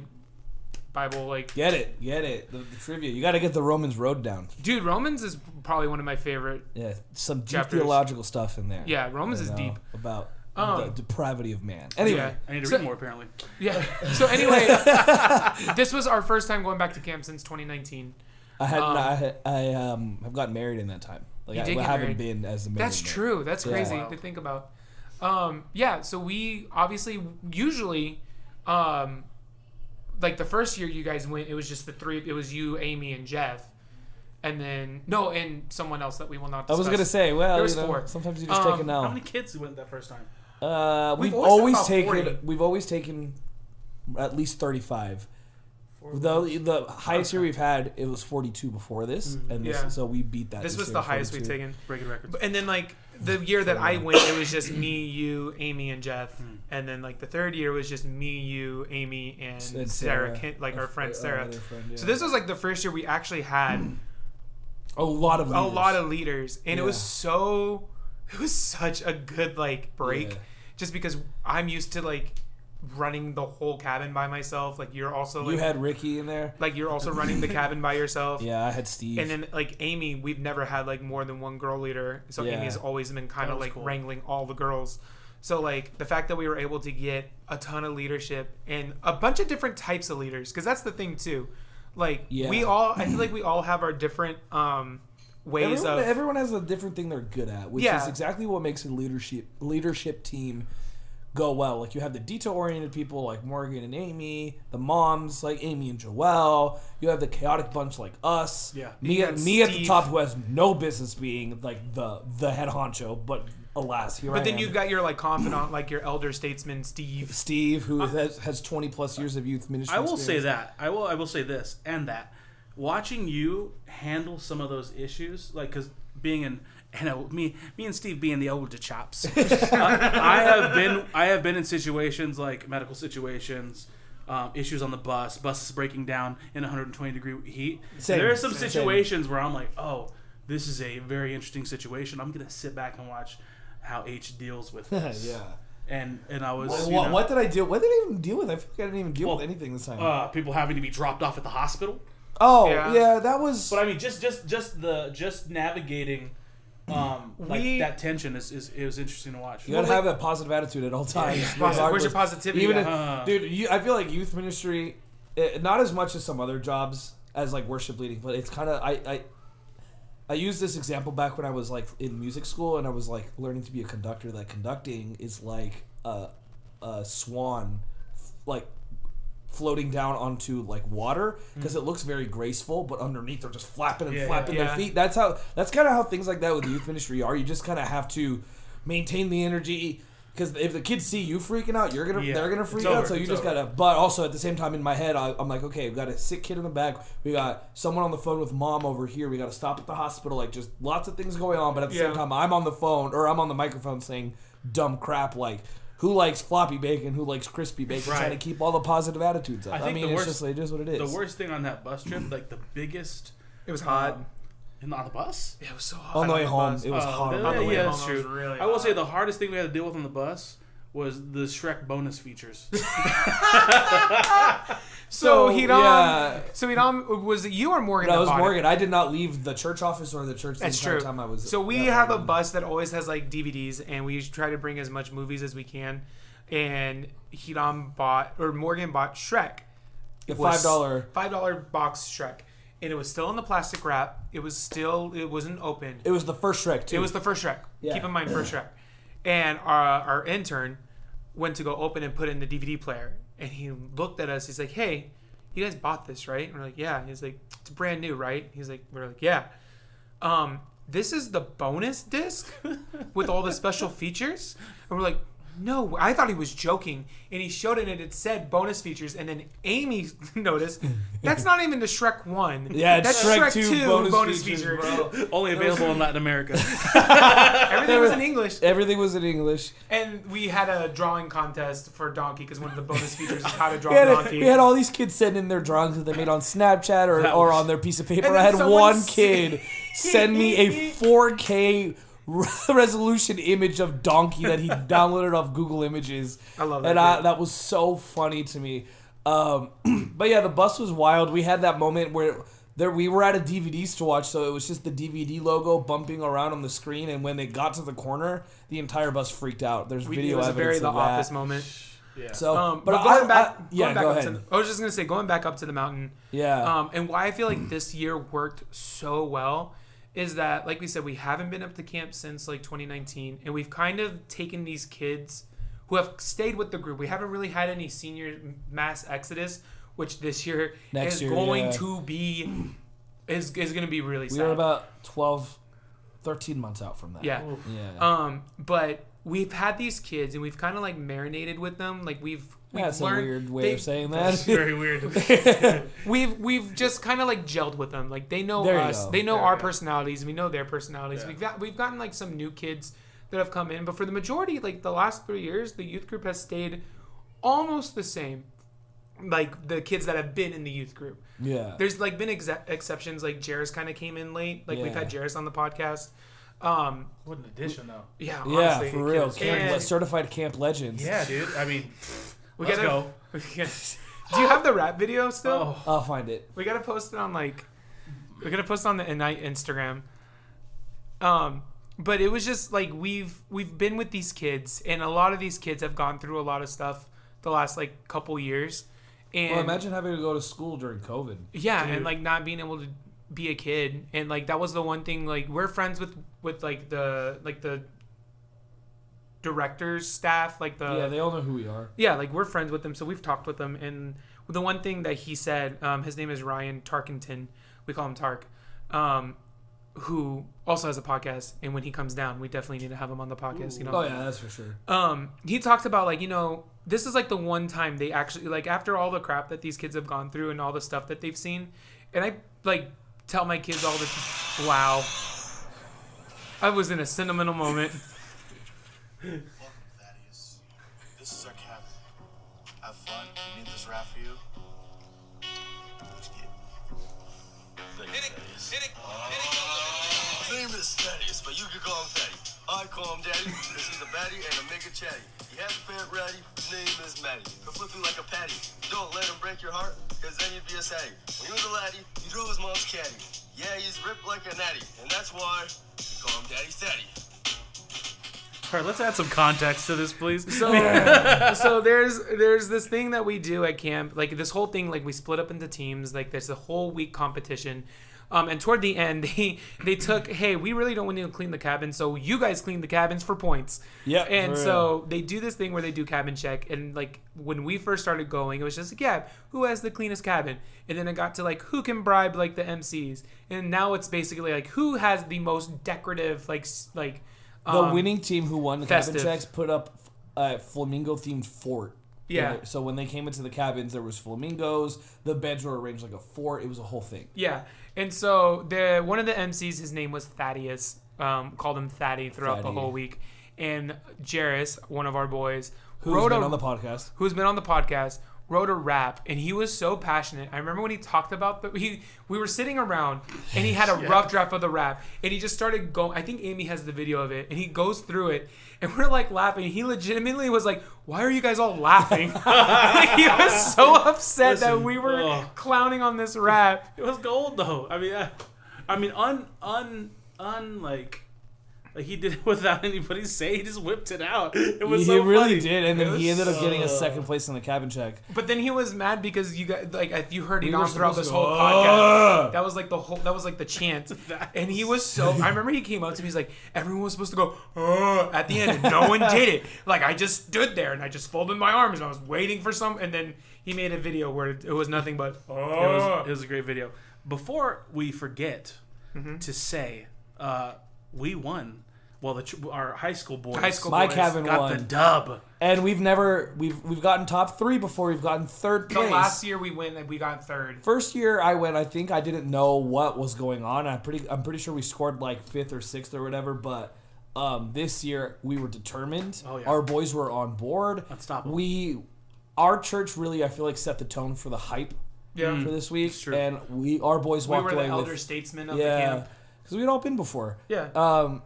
S1: Bible like.
S2: Get it, get it. The, the trivia. You got to get the Romans road down.
S1: Dude, Romans is probably one of my favorite.
S2: Yeah, some deep
S1: Chapters.
S2: theological stuff in there.
S1: Yeah, Romans
S2: you
S1: is
S2: know,
S1: deep.
S2: about
S1: Um,
S2: the depravity of man. Anyway,
S1: Yeah.
S3: I need to
S1: So-
S3: read more apparently.
S1: Yeah. So anyway, this was our first time going back to camp since 2019.
S2: I had
S1: Um,
S2: I had- I um have gotten married in that time. Like
S1: You
S2: I,
S1: did
S2: I
S1: get
S2: haven't
S1: married.
S2: been as a married.
S1: That's
S2: man.
S1: true. That's
S2: Yeah.
S1: crazy
S3: Wow.
S1: to think about. Um, yeah, so we obviously usually um, like the first year you guys went, it was just the three it was you, Amy, and Jeff. And then no, and someone else that we will not
S2: I
S1: discuss.
S2: was gonna say, well,
S1: There was
S2: you know,
S1: four.
S2: sometimes you just
S1: Um,
S2: take an
S3: How
S2: L.
S3: many kids went that first time?
S2: Uh, we've,
S1: We've always
S2: always,
S1: said about
S2: taken
S1: 40.
S2: we've always taken at least thirty five. The the highest year we've had it was forty two before this, and this,
S1: Mm-hmm. Yeah.
S2: so we beat that.
S1: this was
S2: year,
S1: the highest we've
S2: 42.
S1: taken.
S3: Breaking records.
S1: And then like the year that I went, it was just me, you, Amy, and Jeff.
S2: Hmm.
S1: And then like the third year was just me, you, Amy, and, Sarah,
S2: And
S1: Kin- like our friend
S2: uh,
S1: Sarah.
S2: other friend,
S1: So
S2: yeah.
S1: this was like the first year we actually had
S2: a lot of
S1: a
S2: leaders.
S1: lot of leaders and it was
S2: Yeah.
S1: so it was such a good like break
S2: Yeah.
S1: just because i'm used to like running the whole cabin by myself like you're also like,
S2: you had Ricky in there.
S1: like you're also running the cabin by yourself
S2: Yeah, I had Steve.
S1: and then like amy we've never had like more than one girl leader so
S2: Yeah.
S1: amy has always been kind
S3: That
S1: of
S3: was
S1: like
S3: cool.
S1: wrangling all the girls so like the fact that we were able to get a ton of leadership and a bunch of different types of leaders because that's the thing too like
S2: Yeah.
S1: we all i feel like we all have our different um ways
S2: everyone,
S1: of
S2: everyone has a different thing they're good at, which
S1: Yeah.
S2: is exactly what makes a leadership leadership team go well. Like you have the detail oriented people like Morgan and Amy, the moms like Amy and Joelle. You have the chaotic bunch like us.
S3: Yeah.
S2: me,
S1: You got
S2: me at the
S1: Steve.
S2: top who has no business being like the the head honcho, but alas, here I
S1: But then
S2: am.
S1: you've got your like confidant, like your elder statesman, Steve.
S2: Steve, who has, has twenty plus years of youth ministry.
S3: I will say
S2: experience.
S3: that. I will. I will say this and that. Watching you handle some of those issues, like because being an and I, me, me and Steve being the older chaps, I, I have been. I have been in situations like medical situations um, issues on the bus. Bus is breaking down in 120 degree heat.
S2: Same,
S3: there are some
S2: same.
S3: situations where I'm like, oh, this is a very interesting situation. I'm gonna sit back and watch how H deals with this.
S2: yeah.
S3: And and I was
S2: What,
S3: you know,
S2: what did I deal? What did I even deal with? I feel like I didn't even deal with anything this time.
S3: uh, people having to be dropped off at the hospital.
S2: oh
S1: yeah.
S2: yeah. that was.
S3: But I mean, just just just the just navigating. Um, like
S1: We-
S3: that tension is, is it was interesting to watch.
S2: you gotta
S1: well,
S2: have a positive attitude at all times.
S1: Where's your
S2: regardless.
S1: positivity
S2: Even
S1: at?
S2: if-
S3: Uh.
S2: dude, you, I feel like youth ministry, eh, not as much as some other jobs as like worship leading, but it's kind of I, I I used this example back when I was like in music school and I was like learning to be a conductor. That conducting is like a, a swan, f- like floating down onto like water because it looks very graceful, but underneath they're just flapping and
S3: Yeah,
S2: flapping
S1: yeah.
S2: their feet. That's how. That's kind of how things like that with youth ministry are. You just kind of have to maintain the energy. Because if the kids see you freaking out, you're gonna
S3: Yeah,
S2: they're gonna
S3: it's
S2: freak
S3: over,
S2: out. So you
S3: it's
S2: just
S3: over.
S2: gotta. But also at the same time, in my head, I, I'm like, okay, we got a sick kid in the back. We got someone on the phone with mom over here. We got to stop at the hospital. Like just lots of things going on. But at the
S1: Yeah.
S2: same time, I'm on the phone or I'm on the microphone saying dumb crap like. Who likes floppy bacon? Who likes crispy bacon?
S3: Right.
S2: Trying to keep all the positive attitudes up.
S3: I
S2: I,
S3: think
S2: mean,
S3: the
S2: it's
S3: worst-
S2: just like, it is what it is.
S3: the worst thing on that bus trip, like the biggest
S1: It was hot.
S3: Um, and on the bus.
S1: it was so hot.
S2: On the way
S1: the
S2: home,
S1: bus.
S2: it was
S3: Oh,
S2: hot.
S3: yeah,
S1: On the way
S3: yeah,
S1: home,
S3: that's
S1: it was
S3: true.
S1: really
S3: I will say
S1: hot.
S3: the hardest thing we had to deal with on the bus was the Shrek bonus features.
S1: So,
S2: So,
S1: Hedon,
S2: yeah.
S1: so Hedon, was it you or Morgan?
S2: No,
S1: that
S2: it was
S1: bought
S2: Morgan. I did not leave the church office or the church the
S1: That's
S2: entire
S1: true.
S2: time I was.
S1: so we
S2: yeah,
S1: have a
S2: um,
S1: bus that always has like DVDs, and we try to bring as much movies as we can. And Hidam bought or Morgan bought Shrek.
S2: The
S1: It was-
S2: five dollar.
S1: five dollar box Shrek, and it was still in the plastic wrap. It was still it wasn't opened.
S2: It was the first Shrek too.
S1: It was the first Shrek.
S2: Yeah.
S1: Keep in mind, first Shrek. And our, our intern went to go open and put in the DVD player. And he looked at us. He's like, hey, you guys bought this, right? And we're like, yeah. He's like, it's brand new, right? He's like, we're like, yeah. Um, this is the bonus disc with all the special features. And we're like, no, I thought he was joking. And he showed it and it said bonus features. And then Amy noticed that's not even the Shrek 1.
S2: Yeah,
S1: that's
S2: it's Shrek 2 bonus features, bro.
S3: Only available in Latin America.
S1: Everything was in English.
S2: Everything was in English.
S1: And we had a drawing contest for Donkey because one of the bonus features is how to draw
S2: We had,
S1: Donkey.
S2: we had all these kids sending in their drawings that they made on Snapchat or,
S3: That
S2: or
S3: was-
S2: on their piece of paper.
S1: And then
S2: I had
S1: someone
S2: one
S1: s-
S2: kid send me a 4K re- resolution image of Donkey that he downloaded off Google Images.
S1: I love that
S2: And I,
S1: kid.
S2: that was so funny to me. Um, but yeah, the bus was wild. We had that moment where there we were at a DVDs to watch, so it was just the DVD logo bumping around on the screen. And when they got to the corner, the entire bus freaked out. There's
S1: We-
S2: video
S1: it was a very
S2: evidence
S1: The
S2: of that.
S1: Office moment.
S3: yeah.
S2: So,
S1: Um,
S2: but
S1: but, going
S2: I-
S1: back,
S2: I-
S1: going
S2: yeah,
S1: back
S2: go
S1: up
S2: ahead.
S1: To the, I was just gonna say, going back up to the mountain.
S2: Yeah. Mm.
S1: Um, and why I feel like this year worked so well is that, like we said, we haven't been up to camp since like 2019, and we've kind of taken these kids who have stayed with the group. We haven't really had any senior mass exodus, which this year
S2: Next
S1: is
S2: year,
S1: going
S2: yeah.
S1: to be is is going to be really
S2: We
S1: sad.
S2: were about 12, 13 months out from that.
S1: yeah.
S2: Yeah.
S1: Um, but we've had these kids and we've kind of like marinated with them. Like we've we've
S2: That's a
S1: learned
S2: weird way
S1: they-
S2: of saying
S3: That's
S2: that.
S3: very weird.
S1: We've we've just kind of like gelled with them. Like they know
S2: There you
S1: us,
S2: go.
S1: they know
S3: There
S1: our
S3: you go.
S1: personalities, we know their personalities.
S3: Yeah.
S1: We've got we've gotten like some new kids that have come in, but for the majority, like the last three years, the youth group has stayed almost the same. Like the kids that have been in the youth group.
S2: yeah.
S1: There's like been ex- exceptions. Like Jairus kind of came in late. Like we've
S2: Yeah.
S1: had Jairus on the podcast. Um,
S3: what an addition, though.
S1: yeah,
S2: Yeah,
S1: honestly,
S2: for real.
S1: kids-
S2: Camp,
S1: And-
S2: le- certified camp legends.
S3: Yeah, dude. I mean,
S1: We
S3: let's
S1: gotta
S3: go.
S1: Do you have the rap video still?
S3: Oh,
S2: I'll find it.
S1: We gotta post it on like we gotta post it on the Ignite Instagram. Um, but it was just like we've we've been with these kids, and a lot of these kids have gone through a lot of stuff the last like couple years, and
S2: Well, imagine having to go to school during COVID.
S1: yeah,
S3: Dude.
S1: and like not being able to be a kid, and like that was the one thing. Like we're friends with with like the like the directors staff, like the
S2: yeah, they all know who we are.
S1: yeah, like we're friends with him, so we've talked with him. And the one thing that he said, um, his name is Ryan Tarkington. We call him Tark, um, who also has a podcast. And when he comes down, we definitely need to have him on the podcast. You know,
S2: Oh, yeah, that's for sure.
S1: um, he talked about like you know this is like the one time they actually like after all the crap that these kids have gone through and all the stuff that they've seen, and I like tell my kids all the t- wow. I was in a sentimental moment.
S8: Welcome, Thaddeus. This is our cabin. Have fun. You need this rap for you. Let's get Oh. Name is Thaddeus, but you can call him Fatty. I call him Daddy because he's a baddie and a mega chatty. He has a pet ratty, his name is Matty. He'll flip you like a patty. Don't let him break your heart, because then you'd be a saddy. When he was a laddie, he drove his mom's caddy. Yeah, he's ripped like a natty, and that's why we call him Daddy Thaddy.
S3: All right, let's add some context to this, please.
S1: So, so there's there's this thing that we do at camp, like this whole thing, like we split up into teams, like there's a whole week competition. Um, and toward the end, they they took, hey, we really don't want you to clean the cabin, so you guys clean the cabins for points.
S2: Yeah,
S1: And
S2: for
S1: so they do this thing where they do cabin check, and like when we first started going, it was just like, yeah, who has the cleanest cabin? And then it got to like who can bribe like the MCs, and now it's basically like who has the most decorative like s- like
S2: The
S1: um,
S2: winning team who won the
S1: festive.
S2: cabin checks put up a flamingo themed fort.
S1: Yeah.
S2: So when they came into the cabins, there was flamingos. The beds were arranged like a fort. It was a whole thing.
S1: Yeah, and so the one of the MCs, his name was Thaddeus. Um, called him Thaddy throughout the
S2: Thaddy.
S1: whole week, and Jairus, one of our boys,
S2: Who's
S1: wrote
S2: been
S1: a,
S2: on the podcast?
S1: who's been on the podcast, wrote a rap, and he was so passionate. I remember when he talked about the he we were sitting around and he had a rough draft of the rap, and he just started going. I think Amy has the video of it, and he goes through it, and we're like laughing. He legitimately was like, "Why are you guys all laughing?" he was so upset that
S3: Listen,
S1: we were
S2: oh.
S3: ugh.
S1: clowning on this rap.
S3: It was gold though. I mean, I, I mean, un, un, un, like, like he did it without anybody saying. He just whipped it out. It was
S2: he
S3: so
S2: really
S3: funny.
S2: did, and then
S1: It
S2: he
S1: was
S2: ended up getting a
S3: so-
S2: second place in the cabin check.
S1: But then he was mad because you got like if you heard it
S2: We
S1: on
S2: were
S1: throughout
S2: supposed
S1: this
S2: to
S1: whole
S2: go,
S1: podcast.
S2: "Ugh."
S1: That was like the whole "Ah!" that was like the chant.
S3: That
S1: and he was so I remember he came up to me, he's like, everyone was supposed to go "Ugh," at the end and no one did it. Like I just stood there and I just folded my arms and I was waiting for some and then he made a video where it, it was nothing but
S3: It was,
S1: "Ugh."
S3: it was a great video. Before we forget to say, uh, we won. Well, the, tr- our high school boys
S1: High school
S2: My
S1: boys
S2: cabin
S3: got
S2: won,
S3: the dub.
S2: and we've never we've we've gotten top three before. We've gotten third
S1: The
S2: place.
S1: last year we went and we got third.
S2: First year I went, I think I didn't know what was going on. I'm pretty I'm pretty sure we scored like fifth or sixth or whatever, but um, this year we were determined.
S3: Oh, yeah.
S2: Our boys were on board.
S3: Unstoppable.
S2: We our church really I feel like set the tone for the hype
S1: Yeah.
S2: for this week.
S3: true.
S2: And we our boys
S1: We
S2: walked
S1: were the
S2: away
S1: elder
S2: with
S1: statesmen of the
S2: yeah,
S1: camp.
S2: because we'd all been before.
S1: Yeah.
S2: Um,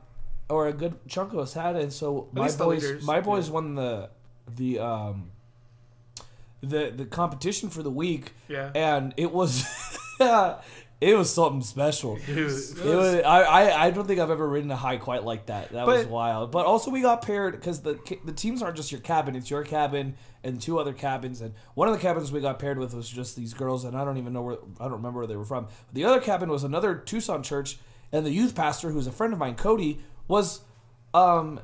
S2: or a good chunk of us had, it, and so my
S1: least the
S2: boys,
S1: leaders,
S2: my boys won the the um the the competition for the week.
S1: Yeah.
S2: And it was, it was something special.
S3: Dude,
S2: It was, I, I, I don't think I've ever ridden a high quite like that. That was
S1: But-
S2: wild. But also we got paired because the ca- the teams aren't just your cabin. It's your cabin and two other cabins. And one of the cabins we got paired with was just these girls, and I don't even know where I don't remember where they were from. The other cabin was another Tucson church, and the youth pastor, who's a friend of mine, Cody, was, um,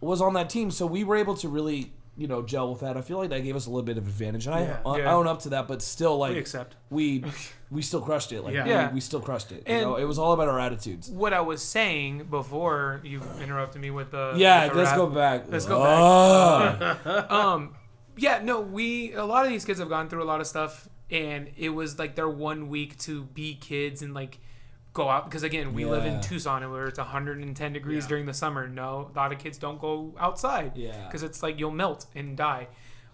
S2: was on that team. So we were able to really you know gel with that. I feel like that gave us a little bit of advantage, and I
S3: Yeah.
S2: I,
S1: Yeah.
S2: own up to that. But still, like
S3: accept.
S2: we we still crushed it. Like
S3: Yeah.
S2: we-
S1: Yeah.
S2: we, still crushed it.
S1: And-
S2: you know, it was all about our attitudes.
S1: What I was saying before you interrupted me with the
S2: Yeah,
S1: with the
S2: let's
S1: rap.
S2: go back.
S1: Let's go
S2: back.
S1: um yeah no we a lot of these kids have gone through a lot of stuff and it was like their one week to be kids and like go out because again we live in
S2: Yeah.
S1: tucson and where it's 110 degrees
S3: Yeah.
S1: during the summer no a lot of kids don't go outside
S2: Yeah.
S1: because it's like you'll melt and die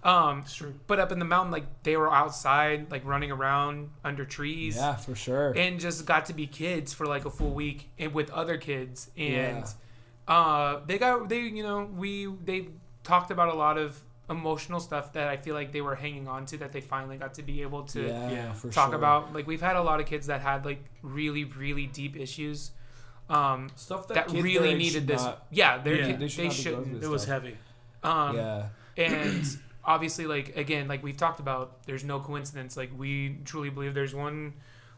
S1: um but up in the mountain like they were outside like running around under trees
S2: yeah, for sure.
S1: and just got to be kids for like a full week and with other kids and
S2: Yeah.
S1: uh they got they you know we they talked about a lot of emotional stuff that I feel like they were hanging on to that they finally got to be able to
S2: yeah, for
S1: talk
S2: sure.
S1: about like we've had a lot of kids that had like really really deep issues um
S2: stuff
S1: that really needed this yeah they're,
S3: Yeah.
S1: yeah,
S2: They
S1: they,
S2: should not be going
S1: shouldn't
S2: through
S3: It was
S2: Stuff.
S3: heavy.
S1: um
S2: yeah,
S1: and obviously like again like we've talked about there's no coincidence like we truly believe there's one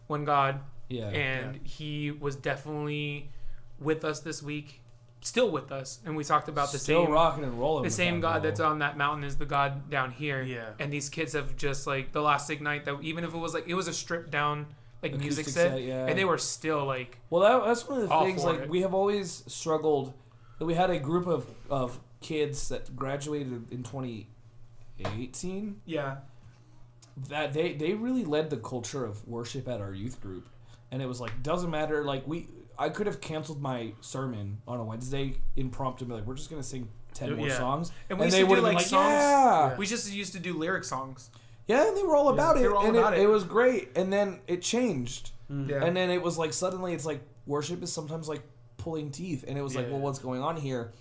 S1: one god
S2: Oh, yeah.
S1: and he was definitely with us this week, still with us, and we talked about the
S2: still
S1: same
S2: rocking and rolling.
S1: the
S2: with
S1: same
S2: that,
S1: God
S2: bro.
S1: that's on that mountain is the God down here.
S3: Yeah.
S1: And these kids have just like the last ignite that even if it was like it was a stripped down like music
S2: Acoustic
S1: set,
S2: set, yeah.
S1: and they were still like
S2: Well, that, that's one of the
S1: All
S2: things.
S1: for
S2: Like
S1: it.
S2: we have always struggled. We had a group of of kids that graduated in 2018.
S1: yeah
S2: that they they really led the culture of worship at our youth group and it was like doesn't matter like we i could have canceled my sermon on a wednesday impromptu and be like we're just gonna sing ten
S3: Yeah.
S2: more songs,
S1: And we used to do
S2: would've
S1: like,
S2: been
S1: songs.
S2: yeah,
S1: We just used to do lyric songs.
S2: yeah, and they were all about
S1: they
S2: it,
S1: were all
S2: and
S1: about
S2: it,
S1: it.
S2: it was great. And then it changed,
S1: Yeah.
S2: and then it was like suddenly it's like worship is sometimes like pulling teeth, and it was like,
S3: Yeah.
S2: well, what's going on here?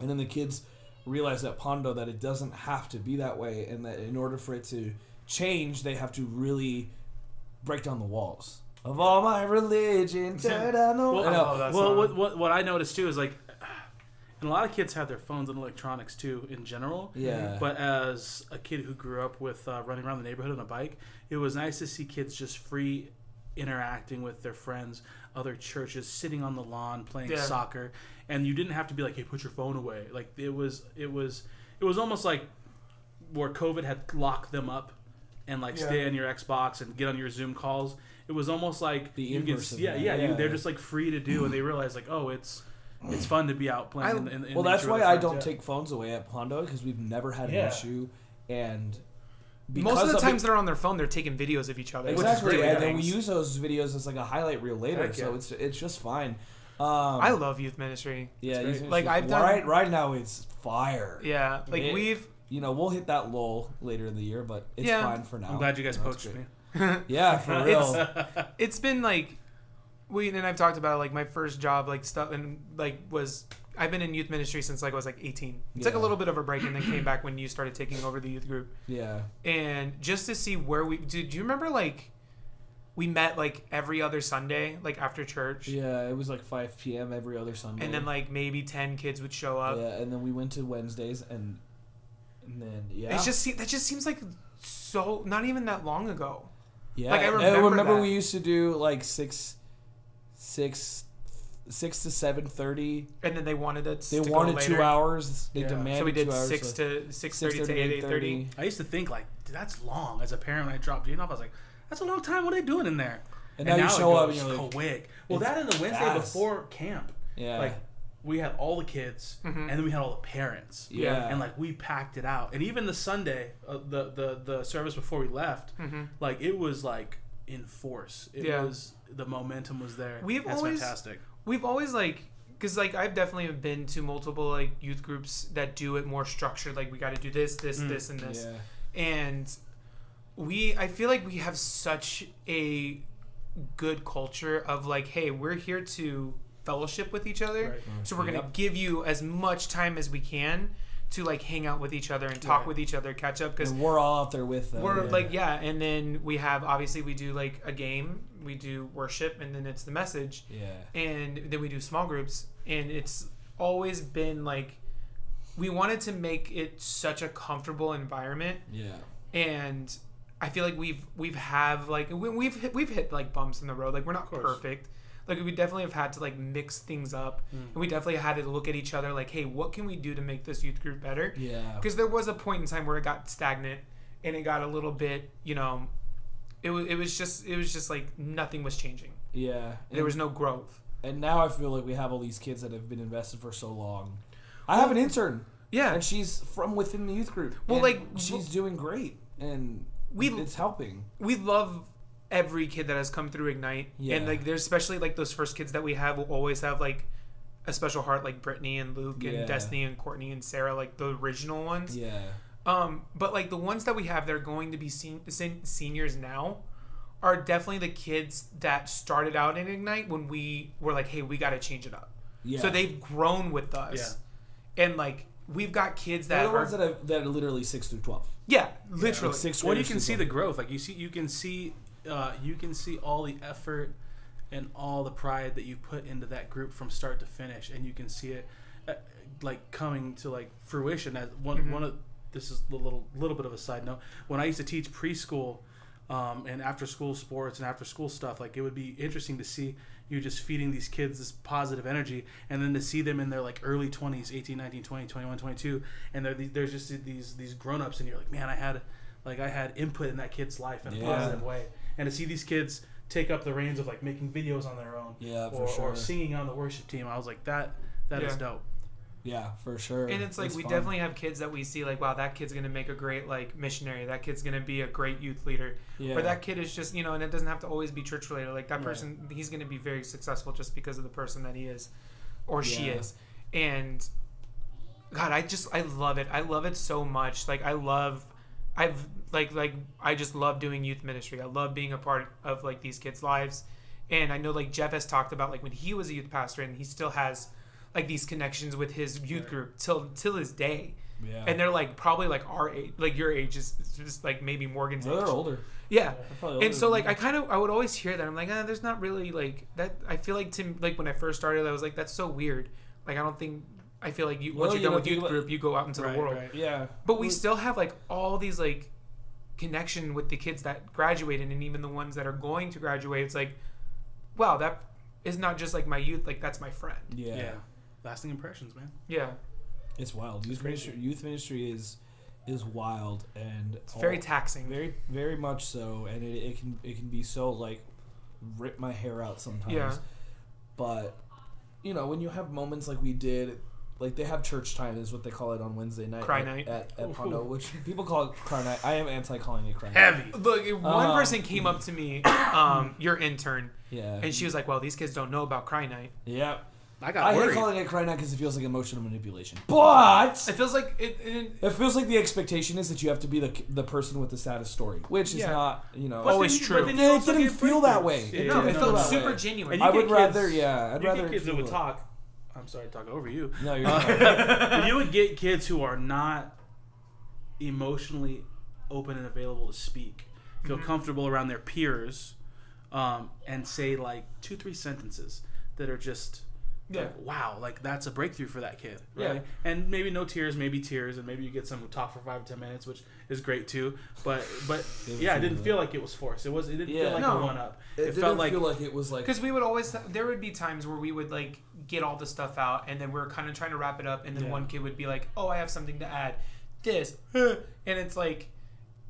S2: And then the kids realized at Pondo that it doesn't have to be that way, and that in order for it to change, they have to really break down the walls of all my religion. Tear down the
S3: Well,
S2: I know.
S1: love that
S3: well
S1: song.
S3: what, what what I noticed too is like, and a lot of kids have their phones and electronics too in general.
S2: Yeah.
S3: But as a kid who grew up with uh, running around the neighborhood on a bike, it was nice to see kids just free interacting with their friends, other churches, sitting on the lawn playing
S1: Yeah.
S3: soccer, and you didn't have to be like, "Hey, put your phone away." Like it was, it was, it was almost like where COVID had locked them up and like
S1: Yeah.
S3: stay on your Xbox and get on your Zoom calls. It was almost like
S2: The
S3: you could
S2: inverse
S3: s-
S2: of
S3: yeah,
S2: that.
S3: yeah,
S2: Yeah.
S3: You, they're just like free to do, and they realize like, oh, it's it's fun to be out playing.
S1: I-
S3: in, in, in
S2: well, that's
S3: nature with
S2: why I
S3: friends,
S2: don't
S3: yeah.
S2: take phones away at Pondo because we've never had an
S4: Yeah.
S2: issue, and
S1: Most of the
S2: it-
S1: times they're on their phone, they're taking videos of each other. which is
S2: exactly,
S1: really
S2: and then we
S1: nice.
S2: use those videos as like a highlight reel later,
S1: Heck yeah.
S2: so it's it's just fine. Um,
S1: I love youth ministry.
S2: yeah,
S1: It's
S2: you
S1: great.
S2: can
S1: like
S2: just-
S1: I've done.
S2: right right now it's fire.
S1: Yeah, like
S2: Yeah.
S1: we've
S2: You know, we'll hit that lull later in the year, but it's
S1: Yeah.
S2: fine for now.
S3: I'm glad you guys
S2: That's
S3: poached
S2: good.
S3: me.
S2: Yeah, for real.
S1: it's been like we and I've talked about it, like my first job like stuff and like was I've been in youth ministry since like I was like 18. Took a
S2: Yeah.
S1: little bit of a break and then came back when you started taking over the youth group.
S2: yeah.
S1: And just to see where we dude, do you remember like we met like every other Sunday like after church
S2: Yeah, it was like 5 p.m. every other Sunday.
S1: and then like uh, maybe 10 kids would show up.
S2: yeah, and then we went to Wednesdays and and then yeah.
S1: It's just se- that just seems like so not even that long ago.
S2: Yeah,
S1: Like, I
S2: and
S1: remember that.
S2: we used to do like six, six, six to seven thirty.
S1: And then they wanted us
S2: They
S1: to go
S2: wanted
S1: later.
S2: two hours. They
S3: Yeah.
S2: demanded
S1: So we did
S2: two hours.
S1: 6
S2: so
S1: to 6:30 to 8:30.
S2: 8:30.
S3: I used to think like "Dude, that's long. As a parent, when I dropped Jane off, I was like, that's a long time. What are they doing in there?
S2: And now you show up and
S3: goes
S2: you're like,
S3: quick. Well,
S2: it's
S3: that and the Wednesday
S2: fast.
S3: before camp,
S2: Yeah,
S3: like we had all the kids, and then we had all the parents.
S2: yeah,
S3: and like we packed it out and even the sunday uh, the, the the service before we left like it was like in force it
S1: Mm-hmm. Yeah.
S3: was the momentum was there
S1: We've
S3: that's
S1: always-
S3: fantastic
S1: we've always like because like i've definitely been to multiple like youth groups that do it more structured like we got to do this this this and this
S2: Mm, yeah.
S1: and we i feel like we have such a good culture of like hey we're here to fellowship with each other
S2: Mm-hmm.
S1: so we're gonna
S2: Yep.
S1: give you as much time as we can to like hang out with each other and talk
S3: Right.
S1: with each other catch up because
S2: And we're all out there with them.
S1: we're
S2: yeah.
S1: like yeah and then we have obviously we do like a game we do worship and then it's the message
S2: yeah,
S1: and then we do small groups and it's always been like we wanted to make it such a comfortable environment
S2: yeah.
S1: and i feel like we've we've have like we- we've hit, we've hit like bumps in the road like we're not
S3: course.
S1: perfect like we definitely have had to like mix things up and we definitely had to look at each other like hey what can we do to make this youth group better
S2: Yeah.
S1: because there was a point in time where it got stagnant and it got a little bit you know it was it was just it was just like nothing was changing
S2: Yeah,
S1: there was no growth
S2: and now I feel like we have all these kids that have been invested for so long. I have an intern,
S1: yeah
S2: and she's from within the youth group.
S1: Well,
S2: and
S1: like,
S2: she's
S1: well-
S2: doing great, and
S1: We-
S2: it's helping.
S1: we love every kid that has come through ignite
S2: Yeah.
S1: and like there's especially like those first kids that we have will always have like a special heart like brittany and luke and
S2: Yeah.
S1: destiny and courtney and sarah like the original ones
S2: Yeah,
S1: um but like the ones that we have that are going to be sen- sen- seniors now are definitely the kids that started out in ignite when we were like hey we got to change it up
S2: yeah.
S1: so they've grown with us and like we've got kids that
S2: They're the
S1: are
S2: ones that are, that are literally six through twelve.
S1: yeah literally
S2: Like six.
S3: well you
S2: graders
S3: can
S2: through
S3: see
S2: 12.
S3: the growth like you see you can see uh, you can see all the effort and all the pride that you put into that group from start to finish and you can see it uh, like coming to like fruition as one
S1: Mm-hmm.
S3: one of this is a little little bit of a side note when i used to teach preschool um, and after school sports and after school stuff like it would be interesting to see you just feeding these kids this positive energy and then to see them in their like early 20s 18 19 20 21 22 and they're, the- there's just these these grown-ups and you're like man i had like i had input in that kid's life in a
S2: Yeah.
S3: positive way and to see these kids take up the reins of like making videos on their own
S2: Yeah, for
S3: or,
S2: sure.
S3: or singing on the worship team i was like that that is
S1: Yeah.
S3: dope
S2: Yeah, for sure.
S1: And it's like we
S2: fun.
S1: definitely have kids that we see like, wow, that kid's gonna make a great like missionary. That kid's gonna be a great youth leader.
S2: yeah.
S1: Or that kid is just you know, and it doesn't have to always be church related. Like that person, he's gonna be very successful just because of the person that he is, or she
S2: Yeah.
S1: is. And God, I just I love it. I love it so much. Like I love I've like like I just love doing youth ministry. I love being a part of like these kids' lives. And I know like Jeff has talked about like when he was a youth pastor and he still has like these connections with his youth group till till his day.
S2: Yeah.
S1: And they're like probably like our age, like your age is is just like maybe Morgan's
S2: Well,
S1: age.
S2: they're older.
S1: Yeah.
S2: probably
S1: And so
S2: older
S1: like
S2: than
S1: I kind of I would always hear that I'm like ah, there's not really like that I feel like to like when I first started I was like that's so weird like I don't think I feel like you
S2: Well,
S1: once
S2: you
S1: you're done
S2: know,
S1: with
S2: think
S1: youth
S2: about-
S1: group you go out into
S3: Right,
S1: the world
S3: right.
S2: Yeah.
S1: but we still have like all these like connection with the kids that graduated and even the ones that are going to graduate it's like wow that is not just like my youth like that's my friend
S2: Yeah.
S3: yeah. Lasting impressions, man.
S1: yeah
S2: It's wild. Youth ministry, youth ministry is is wild and
S1: it's very
S2: all-
S1: taxing
S2: very very much so and it, it can it can be so like rip my hair out sometimes
S1: Yeah.
S2: but you know when you have moments like we did like they have church time is what they call it on wednesday night
S1: Cry
S2: at,
S1: night.
S2: at, at Pondo, which people call it cry night i am anti calling it cry night
S3: Heavy.
S1: Look, if one
S2: Um,
S1: person came up to me, um, your intern,
S2: yeah
S1: and she was like, "Well, these kids don't know about Cry Night."
S2: yeah
S3: I got
S2: i hate
S3: worried.
S2: calling it cry night because it feels like emotional manipulation but
S1: It feels like it. it
S2: it feels like the expectation is that you have to be the, the person with the saddest story which is
S1: Yeah.
S2: not you know
S1: But Always
S3: then you-
S1: true.
S3: but then Oh, you
S2: It
S3: also
S2: didn't
S3: get
S2: feel that
S3: breakthroughs.
S2: way. It
S3: Yeah,
S1: no, it
S2: no,
S1: felt
S2: no.
S1: super
S2: And
S1: genuine.
S3: And
S2: I
S3: you
S2: would
S3: get kids-
S2: rather, yeah, I'd
S3: you
S2: rather
S3: get kids that
S2: feel
S3: would
S2: it.
S3: talk. I'm sorry, to talk over you.
S2: No, you're
S3: Uh, you would get kids who are not emotionally open and available to speak, feel
S2: Mm-hmm.
S3: comfortable around their peers, um, and say like two, three sentences that are just.
S1: Yeah.
S3: Like, wow, like that's a breakthrough for that kid,
S1: Yeah.
S3: right? And maybe no tears, maybe tears, and maybe you get some who talk for five, ten minutes, which is great too. But but yeah, it didn't feel like it was forced. It was it didn't
S2: Yeah.
S3: feel like
S1: No.
S3: a one up.
S2: It,
S3: It,
S2: didn't
S3: felt like
S2: feel like it was like
S1: because we would always there would be times where we would like get all the stuff out and then we are kind of trying to wrap it up and then
S3: Yeah.
S1: one kid would be like oh i have something to add this huh," and it's like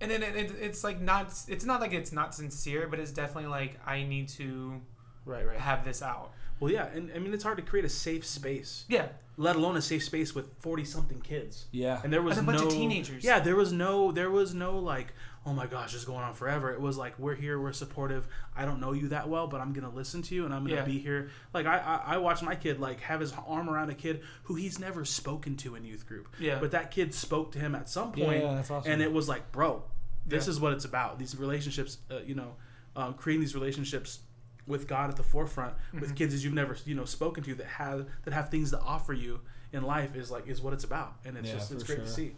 S1: and then it, it, it's like not it's not like it's not sincere but it's definitely like i need to
S3: right, right.
S1: have this out
S3: Well, yeah, and I mean it's hard to create a safe space,
S1: yeah
S3: let alone a safe space with forty something kids.
S2: yeah.
S3: And there was
S1: And a bunch
S3: no,
S1: of teenagers.
S3: Yeah, there was no, there was no like, oh my gosh, this is going on forever. It was like we're here, we're supportive. I don't know you that well, but I'm gonna listen to you, and I'm gonna
S1: Yeah.
S3: be here. Like I, I, I watched my kid like have his arm around a kid who he's never spoken to in youth group.
S1: Yeah.
S3: But that kid spoke to him at some
S2: Yeah,
S3: point,
S2: yeah, that's awesome.
S3: and it was like, bro, this
S1: Yeah.
S3: is what it's about. These relationships, uh, you know, um, creating these relationships with God at the forefront with kids that you've never you know spoken to that have that have things to offer you in life is like is what it's about and it's
S2: Yeah,
S3: just it's
S2: for
S3: great to
S2: sure.
S3: see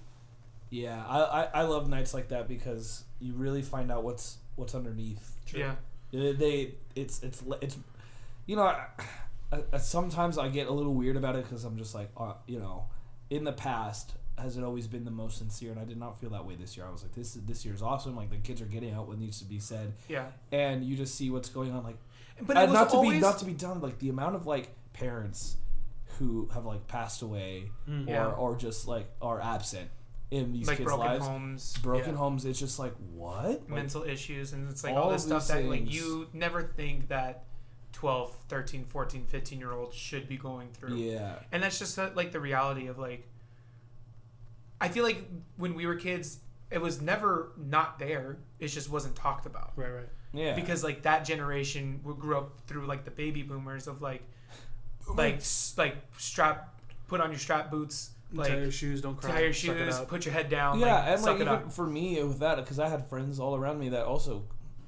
S2: yeah, I, I I love nights like that because you really find out what's what's underneath.
S1: yeah
S2: They, they- it's it's le- it's you know, I, I, sometimes I get a little weird about it because I'm just like, uh, you know, in the past has it always been the most sincere, and I did not feel that way this year. I was like, this this year's awesome. Like the kids are getting out what needs to be said,
S1: yeah
S2: and you just see what's going on. Like
S1: but it
S2: Uh,
S1: was
S2: not to
S1: always
S2: be not to be done like the amount of like parents who have like passed away or
S1: Mm, Yeah.
S2: or just like are absent in these
S1: like
S2: kids'
S1: broken
S2: lives.
S1: homes
S2: Broken
S1: yeah.
S2: homes. It's just like what? Like,
S1: mental issues and it's like
S2: all
S1: all this stuff
S2: of these
S1: that like
S2: things.
S1: you never think that 12 13 14 15 year olds should be going through
S2: yeah.
S1: and that's just uh, like the reality of like i feel like when we were kids it was never not there it just wasn't talked about
S3: right right
S2: Yeah.
S1: because like that generation who grew up through like the baby boomers of like like s- like strap put on your strap boots like
S3: tie your shoes don't cry
S1: tie your
S3: suck it
S1: shoes
S3: up.
S1: put your head down
S2: yeah,
S1: like,
S2: and
S1: suck
S2: like
S1: it
S2: even
S1: up
S2: for me with that, because I had friends all around me that also,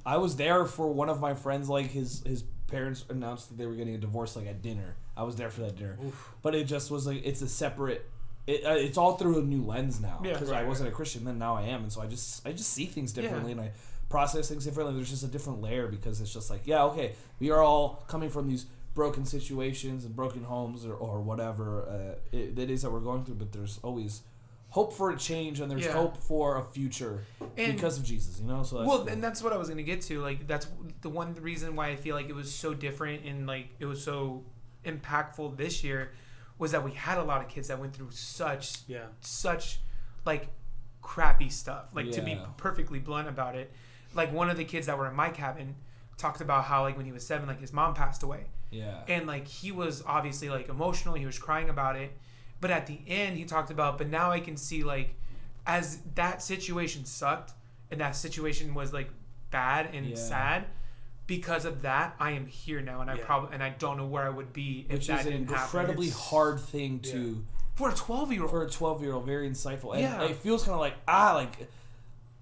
S2: I was there for one of my friends. Like his his parents announced that they were getting a divorce, like at dinner. I was there for that dinner, but it just was like it's a separate. It, uh, it's all through a new lens now
S1: Yeah.
S2: because I
S1: Right,
S2: wasn't a Christian then. Now I am, and so I just I just see things differently
S1: Yeah.
S2: and I process things differently. There's just a different layer because it's just like yeah, okay, we are all coming from these broken situations and broken homes or, or whatever uh, it, it is that we're going through, but there's always hope for a change and there's
S1: Yeah.
S2: hope for a future
S1: And-
S2: because of Jesus, you know. So that's
S1: well
S2: cool.
S1: and that's what i was gonna get to like that's the one reason why i feel like it was so different and like it was so impactful this year was that we had a lot of kids that went through such
S3: yeah
S1: such like crappy stuff. Like to be
S2: Yeah.
S1: perfectly blunt about it, like one of the kids that were in my cabin talked about how like when he was seven, like his mom passed away,
S2: yeah,
S1: and like he was obviously like emotional. He was crying about it, but at the end he talked about. But now I can see like as that situation sucked and that situation was like bad and
S2: Yeah.
S1: sad. Because of that, I am here now, and I
S3: Yeah.
S1: probably and I don't know where I would be if
S2: which
S1: that
S2: is an
S1: didn't happen.
S2: incredibly
S1: It's-
S2: hard thing to
S1: for a 12 year old.
S2: for a 12 year old very insightful and
S1: Yeah.
S2: it feels kind of like ah like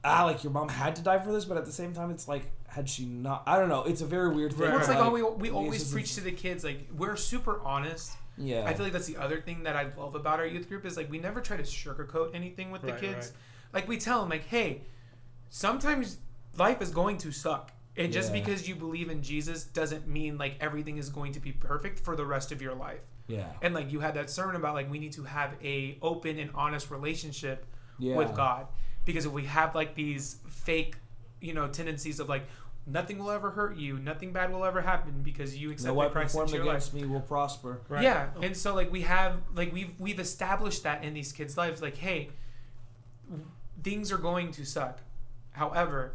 S2: ah like your mom had to die for this but at the same time it's like had she not i don't know it's a very weird thing
S1: Well, it's
S2: but,
S1: like all we, we
S2: it's
S1: always
S2: just-
S1: preach to the kids like we're super honest.
S2: yeah
S1: I feel like that's the other thing that I love about our youth group is like we never try to sugarcoat anything with the
S3: Right,
S1: kids. Like we tell them like, hey, sometimes life is going to suck. And just
S2: Yeah.
S1: because you believe in Jesus doesn't mean like everything is going to be perfect for the rest of your life.
S2: yeah
S1: And like you had that sermon about like we need to have a open and honest relationship
S2: yeah
S1: with God. Because if we have like these fake, you know, tendencies of like nothing will ever hurt you, nothing bad will ever happen because you
S2: no
S1: accept
S2: weapon
S1: Christ
S2: formed
S1: into your life.
S2: against me will prosper
S3: Right.
S1: Yeah, and so like we have like we've we've established that in these kids' lives, like hey, w- things are going to suck. However,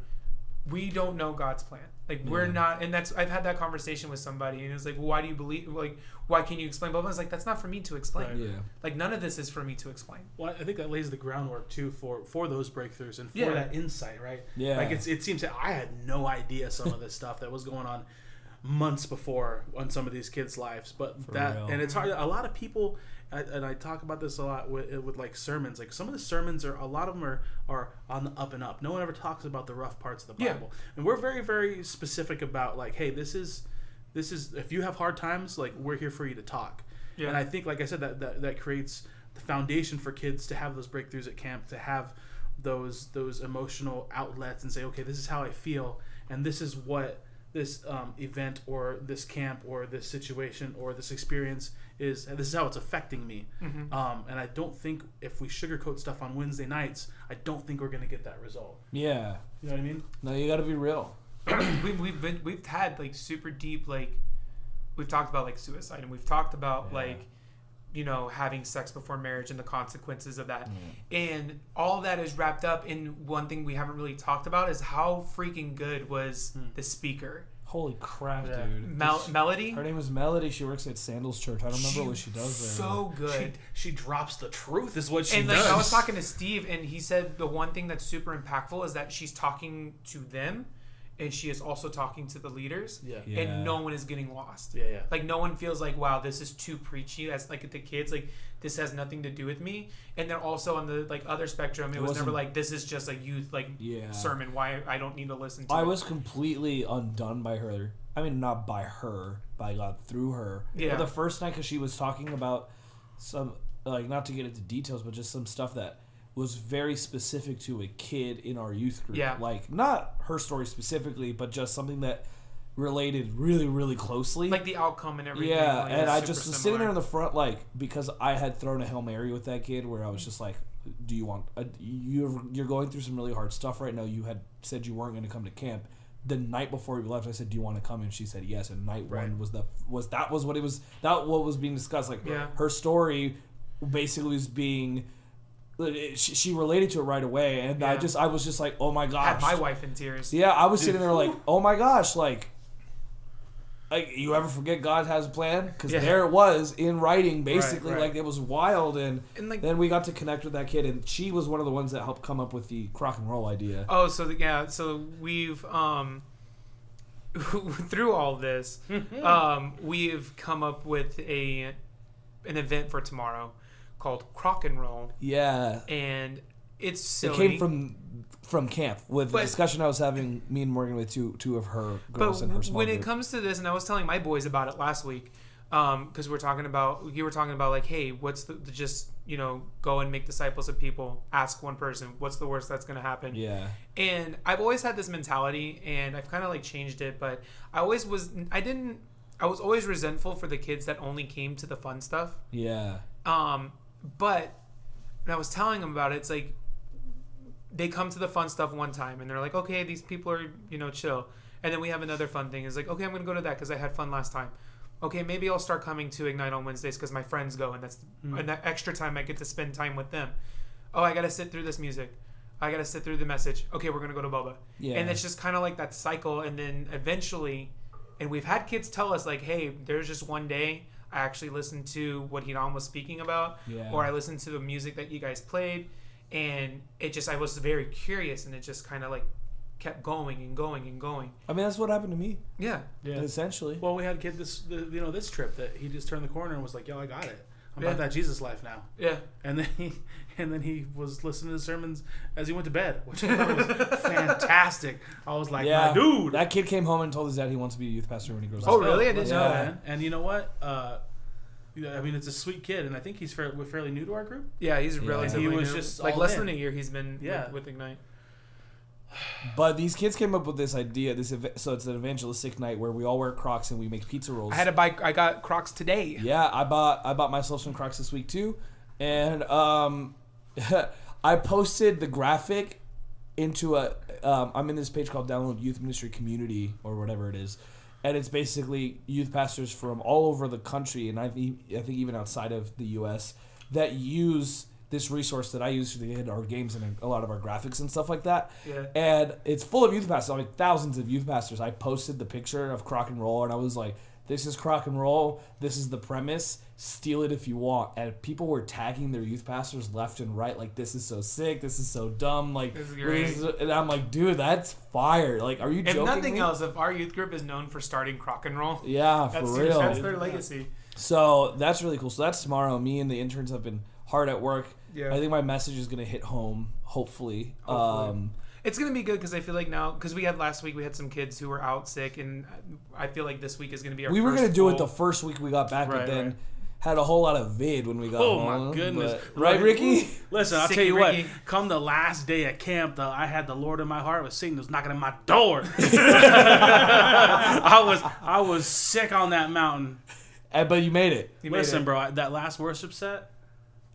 S1: we don't know God's plan. Like we're not, and that's I've had that conversation with somebody, and it's like, why do you believe? Like, why can you explain? Blah blah. It's like that's not for me to explain.
S3: Right.
S2: yeah
S1: Like none of this is for me to explain.
S3: Well, I think that lays the groundwork too for for those breakthroughs and for
S1: Yeah.
S3: that insight, right?
S2: Yeah.
S3: Like it's it seems that I had no idea some of this stuff that was going on months before on some of these kids' lives, but that
S2: real.
S3: and it's hard. A lot of people, I- and I talk about this a lot with, with like sermons. Like some of the sermons are a lot of them are are on the up and up. No one ever talks about the rough parts of the
S1: Yeah.
S3: Bible, and we're very very specific about like, hey, this is this is if you have hard times, like we're here for you to talk.
S1: Yeah.
S3: And I think, like I said, that, that that creates the foundation for kids to have those breakthroughs at camp, to have those those emotional outlets, and say, okay, this is how I feel, and this is what this um, event or this camp or this situation or this experience is. And this is how it's affecting me. Um, and I don't think if we sugarcoat stuff on Wednesday nights, I don't think we're gonna get that result.
S2: yeah
S3: You know what I mean?
S2: no you gotta be real
S1: we, we've been we've had like super deep like we've talked about like suicide and we've talked about
S2: Yeah.
S1: like you know having sex before marriage and the consequences of
S2: Mm.
S1: that and all that is wrapped up in one thing we haven't really talked about is how freaking good was the speaker
S2: holy crap
S3: Yeah.
S2: dude
S1: Mel- melody
S2: her name Hmm. is melody she works at sandals church i don't remember
S1: She-
S2: what she does there
S1: so good
S3: She, she drops the truth, is what she
S1: and like
S3: does.
S1: I was talking to Steve, and he said the one thing that's super impactful is that she's talking to them, and she is also talking to the leaders.
S3: Yeah.
S2: Yeah.
S1: And no one is getting lost.
S3: Yeah, yeah.
S1: Like no one feels like wow, this is too preachy. That's like the kids like this has nothing to do with me. And they're also on the like other spectrum. It,
S2: It
S1: was never
S2: wasn't-
S1: like this is just a youth like
S2: Yeah.
S1: sermon. Why I don't need to listen to.
S2: I
S1: it.
S2: was completely undone by her. I mean, not by her, by God through her.
S1: Yeah.
S2: But the first night, because she was talking about some, like, not to get into details, but just some stuff that was very specific to a kid in our youth group.
S1: Yeah.
S2: Like, not her story specifically, but just something that related really, really closely.
S1: like the outcome and everything.
S2: yeah,
S1: like,
S2: and
S1: is
S2: I
S1: super
S2: just was sitting
S1: similar.
S2: there in the front, like, because I had thrown a hail mary with that kid, where I was just like, "Do you want? Uh, you're you're going through some really hard stuff right now. You had said you weren't going to come to camp. The night before we left, I said, "Do you want to come?" And she said, "Yes." And night one was the was that was what it was that what was being discussed. Like,
S1: Yeah.
S2: her story basically was being. uh, She, she related to it right away, and I
S1: Yeah.
S2: just I was just like, "Oh my
S1: I had
S2: gosh!"
S1: my wife in tears.
S2: Yeah, I was sitting there like, oh my gosh, like, like you ever forget God has a plan? Because
S1: Yeah.
S2: there it was in writing, basically,
S3: right.
S2: like it was wild, and,
S1: And, like-
S2: then we got to connect with that kid, and she was one of the ones that helped come up with the crock and roll idea.
S1: Oh, so the, yeah, so we've um, through all this, um, we've come up with a an event for tomorrow called Crock and Roll,
S2: yeah,
S1: and it's
S2: it
S1: silly.
S2: came from from camp with the
S1: But-
S2: discussion I was having me and Morgan with two two of her
S1: but
S2: girls in her small
S1: when
S2: group.
S1: it comes to this, and I was telling my boys about it last week, because we're talking about you were talking about like, hey, what's the, the just you know go and make disciples of people. Ask one person, what's the worst that's gonna happen?
S2: yeah,
S1: and i've always had this mentality and i've kind of like changed it but i always was i didn't i was always resentful for the kids that only came to the fun stuff
S2: yeah,
S1: um but and i was telling them about it it's like they come to the fun stuff one time and they're like okay these people are you know chill and then we have another fun thing it's like okay i'm gonna go to that because i had fun last time okay maybe i'll start coming to ignite on wednesdays because my friends go and that's an extra time i get to spend time with them oh i gotta sit through this music i gotta sit through the message okay we're gonna go to boba
S2: Yeah.
S1: and it's just kind of like that cycle and then eventually and we've had kids tell us like hey there's just one day i actually listened to what hidan was speaking about
S2: Yeah.
S1: or i listened to the music that you guys played and it just i was very curious and it just kind of like kept going and going and going
S2: I mean that's what happened to me
S1: yeah
S3: yeah.
S2: essentially.
S3: Well, we had a kid this, the, you know, this trip that he just turned the corner and was like, "Yo, I got it. about
S1: Yeah.
S3: that Jesus life now.
S1: Yeah.
S3: And then he and then he was listening to sermons as he went to bed, which I thought was fantastic. I was like,
S2: yeah,
S3: my dude.
S2: That kid came home and told his dad he wants to be a youth pastor when he grows
S1: Oh,
S2: up.
S1: really? I didn't
S3: Yeah,
S1: know that.
S3: man. And you know what? Uh, you know, I mean, it's a sweet kid, and I think he's fair, we're fairly new to our group.
S1: Yeah, he's
S2: Yeah.
S1: relatively
S3: He was
S1: new.
S3: just
S1: like
S3: all
S1: less
S3: in.
S1: than a year he's been
S3: Yeah.
S1: with, with Ignite.
S2: But these kids came up with this idea. This ev- so it's an evangelistic night where we all wear Crocs and we make pizza rolls.
S1: I had to buy. I got Crocs today.
S2: Yeah, I bought I bought myself some Crocs this week too, and um, I posted the graphic into a um, I'm in this page called Download Youth Ministry Community or whatever it is, and it's basically youth pastors from all over the country and I think I think even outside of the U.S. that use this resource that I use for the end our games and a lot of our graphics and stuff like that.
S1: Yeah.
S2: And it's full of youth pastors, like thousands of youth pastors. I posted the picture of Crock and Roll, and I was like, "This is Crock and Roll. This is the premise. Steal it if you want." And people were tagging their youth pastors left and right, like, "This is so sick. This is so dumb." Like,
S1: This is
S2: and I'm like, "Dude, that's fire! Like, are you
S1: If
S2: joking?"
S1: nothing
S2: me?
S1: else, if our youth group is known for starting Croc and Roll,
S2: yeah, for
S1: that's,
S2: real.
S1: that's their legacy.
S2: So that's really cool. So that's tomorrow. Me and the interns have been hard at work.
S1: Yeah.
S2: I think my message is gonna hit home, hopefully.
S1: Hopefully.
S2: Um,
S1: It's gonna be good because I feel like now because we had last week we had some kids who were out sick and I feel like this week is gonna be our.
S2: we were
S1: first
S2: gonna do it
S1: full-
S2: the first week we got back, but
S1: Right,
S2: then
S1: right.
S2: had a whole lot of vid when we got
S3: Oh
S2: home.
S3: my goodness!
S2: but- right, Ricky?
S3: Listen, I'll
S1: Sicky
S3: tell you
S1: Ricky.
S3: what. Come the last day at camp, though, I had the Lord in my heart. Was Satan was knocking at my door. I was I was sick on that mountain.
S2: Eh, but you made it.
S1: You made
S3: Listen,
S1: it.
S3: bro, I, that last worship set,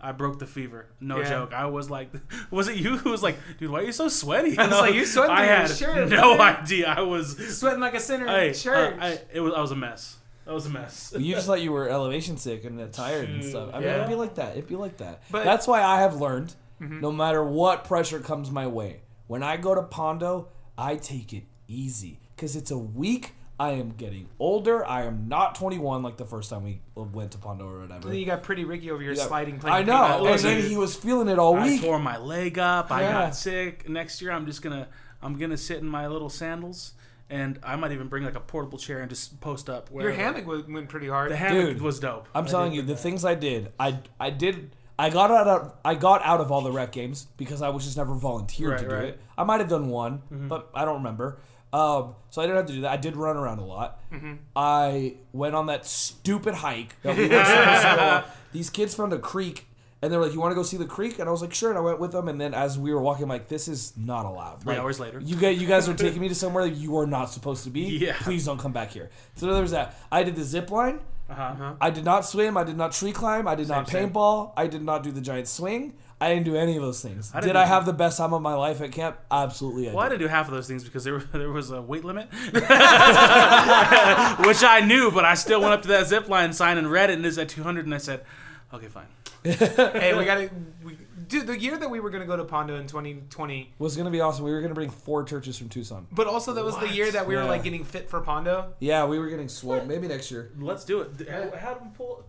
S3: I broke the fever. No
S1: Yeah.
S3: joke. I was like, was it you who was like, dude, why are you so sweaty? I
S1: was like, you sweating
S3: I
S1: in your
S3: had
S1: shirt,
S3: no
S1: brother.
S3: idea. I was.
S1: sweating like a sinner
S3: Hey, uh,
S1: in church.
S3: I, I, it was. I was a mess. I was a mess.
S2: You just thought you were elevation sick and tired and stuff. I mean,
S1: Yeah.
S2: it'd be like that. It'd be like that.
S1: But- Mm-hmm.
S2: that's why I have learned, no matter what pressure comes my way, when I go to Pondo, I take it easy because it's a week. I am getting older. I am not 21 like the first time we went to Pondo or whatever.
S1: then you got pretty Ricky over here
S2: Yeah.
S1: sliding. Playing
S2: I
S1: peanut
S2: know. And
S1: butter.
S2: then he was feeling it all
S3: I
S2: week.
S3: tore my leg up. I
S2: Yeah.
S3: got sick. Next year, I'm just gonna I'm gonna sit in my little sandals, and I might even bring like a portable chair and just post up.
S1: Your
S3: Wherever.
S1: hammock went went pretty hard.
S3: the hammock
S2: Dude.
S3: was dope.
S2: I'm telling you, the things I did, I I did, I got out of I got out of all the rec games because I was just never volunteered
S3: Right,
S2: to do
S3: right. Mm-hmm.
S2: it. I might have done one, but I don't remember. Um, so I didn't have to do that. I did run around a lot.
S3: Mm-hmm.
S2: I went on that stupid hike. That we weren't supposed to go on. These kids found a creek. And they were like, "You want to go see the creek?" And I was like, "Sure." And I went with them. And then as we were walking, I'm like, "This is not allowed." Three
S3: hours later.
S2: you guys, you guys are taking me to somewhere that you are not supposed to be.
S3: Yeah.
S2: Please don't come back here. So there was that. I did the zip line.
S3: Uh-huh.
S2: I did not swim. I did not tree climb. I did not
S3: same.
S2: paintball. I did not do the giant swing. I didn't do any of those things.
S3: I didn't
S2: did
S3: do
S2: I
S3: that.
S2: have the best time of my life at camp? Absolutely. I
S3: Well, I
S2: did.
S3: had to do half of those things because there, were- there was a weight limit, which I knew, but I still went up to that zip line sign and read it, and it's at 200, and I said, okay, fine.
S1: hey, we gotta. We, dude, the year that we were gonna go to Pondo in 2020,
S2: was gonna be awesome. We were gonna bring four churches from Tucson.
S1: but also that was
S3: What?
S1: the year that we
S2: Yeah.
S1: were like getting fit for Pondo.
S2: Yeah, we were getting swole. Maybe next year.
S3: Let's do it. How, how do we pull?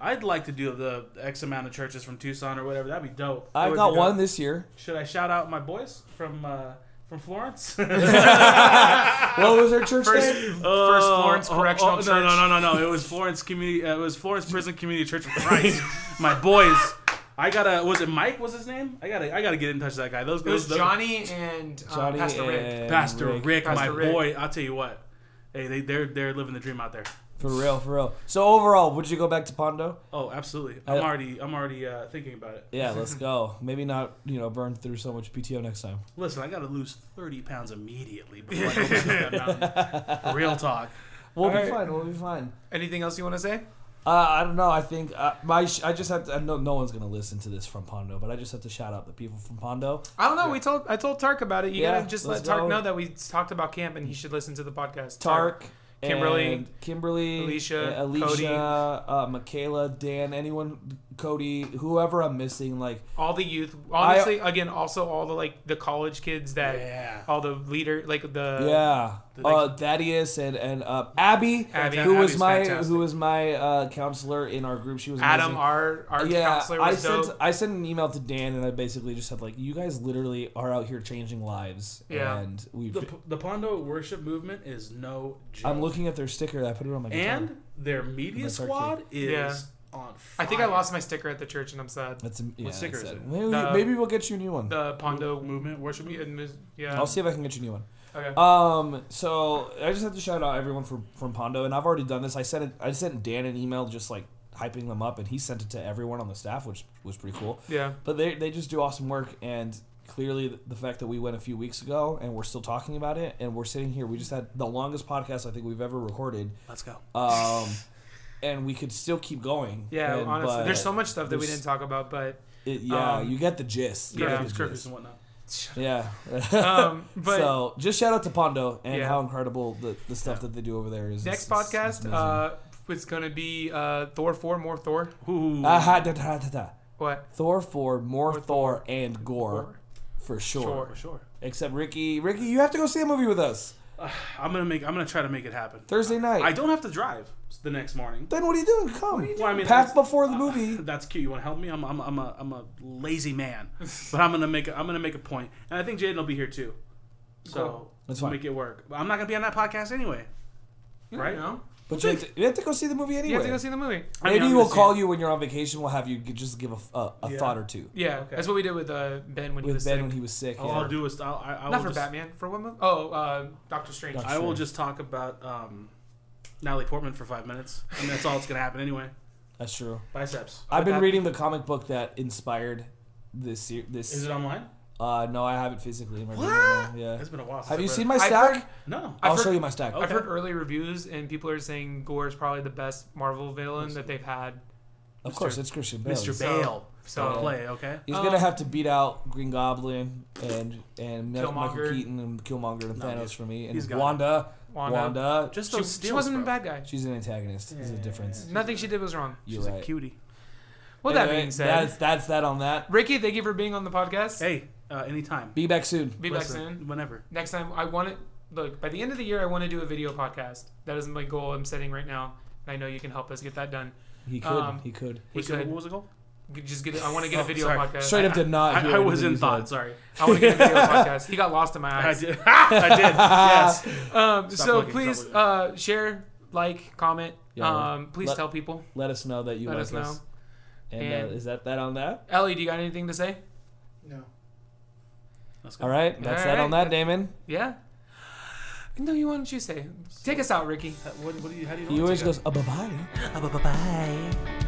S3: I'd like to do the X amount of churches from Tucson or whatever. That'd be dope.
S2: I
S1: would be
S2: got
S1: dope.
S2: one this year.
S3: Should I shout out my boys from uh, from Florence?
S2: What was our church
S1: First,
S2: name?
S1: first Florence Correctional Church.
S3: Oh, No, no, no, no, no. It was Florence Community. Uh, it was Florence Prison Community Church of Christ. my boys. I gotta. Was it Mike? Was his name? I gotta. I gotta get in touch with that guy. Those.
S1: It was
S3: those,
S1: Johnny and um,
S2: Johnny
S1: Pastor
S2: and-
S1: Rick.
S3: Pastor
S2: Rick.
S3: Rick,
S1: Pastor
S3: my
S1: Rick.
S3: boy. I'll tell you what. Hey, they they're they're living the dream out there.
S2: For real, for real. So overall, would you go back to Pondo?
S3: Oh, absolutely.
S2: I-
S3: I'm already I'm already uh, thinking about it.
S2: Yeah, let's go. Maybe not. You know, burn through so much PTO next time.
S3: Listen, I gotta lose 30 pounds immediately before I go back to that mountain. Real talk.
S2: We'll be
S1: Alright.
S2: fine. We'll be fine.
S1: Anything else you want to say?
S2: Uh, I don't know. I think uh, my sh- I just have to. I know no one's gonna listen to this from Pondo, but I just have to shout out the people from Pondo.
S1: I don't know. We told I told Tark about it. You
S2: Yeah,
S1: gotta just let
S2: let's
S1: Tark
S2: go.
S1: know that we talked about camp and he should listen to the podcast.
S2: Tark,
S1: Kimberly,
S2: and Kimberly,
S1: Alicia,
S2: uh, Alicia,
S1: Cody.
S2: Uh, Michaela, Dan, anyone, Cody, whoever I'm missing. Like,
S1: all the youth. Honestly, again, also all the like the college kids that
S3: Yeah.
S1: all the leader like the
S2: yeah,
S3: the
S2: uh, Thaddeus and and uh, Abby,
S1: Abby.
S2: who was
S3: Abby's
S2: my
S3: fantastic.
S2: who was my uh, counselor in our group. She was
S1: Adam,
S2: amazing.
S1: our our
S2: yeah,
S1: counselor
S2: I
S1: was dope.
S2: sent I sent an email to Dan and I basically just said like, you guys literally are out here changing lives.
S1: Yeah.
S2: and we've.
S3: The, the Pondo worship movement is no joke.
S2: I'm looking at their sticker. I put it on my guitar.
S3: And their media
S2: That's our
S3: squad is
S1: Yeah.
S2: on
S1: I
S2: fire.
S1: think I lost my sticker at the church and I'm sad.
S2: That's yeah,
S3: What sticker
S2: that's
S3: is
S2: it.
S3: it?
S2: Maybe,
S1: The-
S2: maybe we'll get you a new one.
S1: The um, Pondo
S3: movement, worship
S1: Yeah,
S3: movement.
S1: and mis- yeah.
S2: I'll see if I can get you a new one.
S1: Okay.
S2: Um, so I just have to shout out everyone from from Pondo, and I've already done this. I sent it, I sent Dan an email just like hyping them up, and he sent it to everyone on the staff, which was pretty cool.
S1: yeah.
S2: But they they just do awesome work, and clearly th- the fact that we went a few weeks ago and we're still talking about it, and we're sitting here, we just had the longest podcast I think we've ever recorded,
S3: Let's go.
S2: um, and we could still keep going.
S1: Yeah,
S2: and-
S1: honestly,
S2: but
S1: there's so much stuff that we
S2: there's-
S1: didn't talk about, but
S2: it- yeah,
S1: um,
S2: you get the gist. You
S1: yeah,
S2: get
S3: Curfews,
S2: the
S3: curfews
S2: gist.
S3: and whatnot.
S2: Yeah.
S1: um, but
S2: so just shout out to Pondo and
S1: Yeah.
S2: how incredible the, the stuff that they do over there is.
S1: next
S2: It's- it's- it's
S1: podcast,
S2: amazing.
S1: uh, it's gonna be uh, Thor four, more Thor.
S3: Ooh.
S2: Ah, ha, da, da, da, da.
S1: What?
S2: Thor four, more Thor,
S1: Thor.
S2: and Gore for sure.
S1: Sure.
S3: for sure.
S2: Except Ricky, Ricky, you have to go see a movie with us
S3: I'm gonna make. I'm gonna try to make it happen.
S2: Thursday night.
S3: I don't have to drive the next morning.
S2: then what are you doing? Come,
S3: Well, I mean,
S2: pack
S3: that's-
S2: before the
S3: uh,
S2: movie.
S3: That's cute. You want to help me? I'm, I'm, I'm a I'm a lazy man, but I'm gonna make a, I'm gonna make a point, and I think Jaden will be here too. So
S1: Cool.
S2: That's
S3: we'll
S2: fine.
S3: make it work. But I'm not gonna be on that podcast anyway.
S1: You
S3: Right?
S1: know,
S2: But you have, to, you have to go see the movie anyway.
S1: you have to go see the movie.
S3: I mean,
S2: Maybe
S3: I'm
S2: we'll
S3: gonna
S2: call
S3: see
S2: you when you're on vacation. We'll have you g- just give a, f- a- a
S3: Yeah.
S2: thought or two
S1: Yeah,
S3: Okay.
S1: that's what we did with uh, Ben when he
S2: with
S1: was
S2: Ben
S1: sick.
S2: when he was sick.
S3: it. All
S2: yeah.
S3: I'll do is I'll, I, I will
S1: Not for
S3: just,
S1: Batman. For what movie? Oh, uh, Doctor Strange.
S2: Doctor-
S3: I will
S2: Sure.
S3: just talk about um, Natalie Portman for five minutes, and that's all that's gonna happen anyway.
S2: That's true.
S3: Biceps.
S2: I've been
S1: that-
S2: reading the comic book that inspired this. se- This
S3: Is it online?
S2: Uh, no, I have it physically in my room.
S3: What?
S2: right now, Yeah.
S3: It's been a while. Since
S2: Have
S3: I
S2: you
S3: read
S2: seen
S3: it.
S2: my
S1: I've
S2: stack?
S1: heard-
S3: No.
S2: I'll
S1: I've
S2: show
S1: heard- Oh,
S2: you my stack.
S1: I've
S3: Okay.
S1: heard early reviews and people are saying Gore is probably the best Marvel villain that they've had.
S2: Of
S1: Mr.
S2: course, it's Christian Bale.
S3: Mr.
S2: He's-
S3: Bale.
S1: So-
S3: So play, okay.
S2: He's gonna
S1: Um,
S2: have to beat out Green Goblin and and Mi- Michael
S1: Killmonger.
S2: Keaton and Killmonger and
S3: No,
S2: Thanos
S3: dude.
S2: for me and
S3: He's got it.
S2: Wanda.
S1: Wanda.
S2: Wanda.
S3: Just
S1: She,
S3: those
S1: she
S3: steals,
S1: wasn't
S3: bro.
S1: a bad guy.
S2: She's an antagonist. There's a difference.
S1: Nothing she did was wrong.
S2: You're
S3: She's
S2: right.
S3: a cutie.
S1: Well, that
S2: Anyway,
S1: being said,
S2: that's that's that on that.
S1: Ricky, thank you for being on the podcast.
S3: Hey, uh, anytime.
S2: Be back soon.
S1: Be
S3: Listen,
S1: back soon.
S3: Whenever.
S1: Next time, I want it. Look, by the end of the year, I want to do a video podcast. That is my goal I'm setting right now. and I know you can help us get that done.
S2: He could.
S1: Um,
S2: he could.
S1: He
S3: What's the-
S1: could.
S3: What was it called?
S1: Just get. it- I want to get a
S3: Oh,
S1: video
S3: sorry.
S1: podcast.
S2: Straight up did not.
S3: I,
S2: hear
S3: I was
S2: anything
S3: in
S2: you said.
S3: thought. Sorry.
S1: I want to get a video podcast. He got lost in my
S3: I
S1: eyes.
S3: did. I did. Yes.
S1: Um,
S3: Stop
S1: so
S3: looking, stop
S1: please
S3: looking.
S1: uh, share, like, comment.
S2: Yeah, yeah.
S1: um, please
S2: Let-
S1: tell people.
S2: Let us know that you
S1: Let
S2: like
S1: us know.
S2: And,
S1: And-
S2: uh, is that that on that?
S1: Ellie, do you got anything to say?
S4: No.
S3: Let's go.
S2: All right. That's
S1: All
S2: that on
S1: right.
S2: that, Damon.
S1: Yeah. No, you why don't
S3: Uh,
S1: you say? it? Take us out, Ricky.
S3: What, what do you? How do you?
S2: He always goes, uh, bye bye.
S3: Bye bye.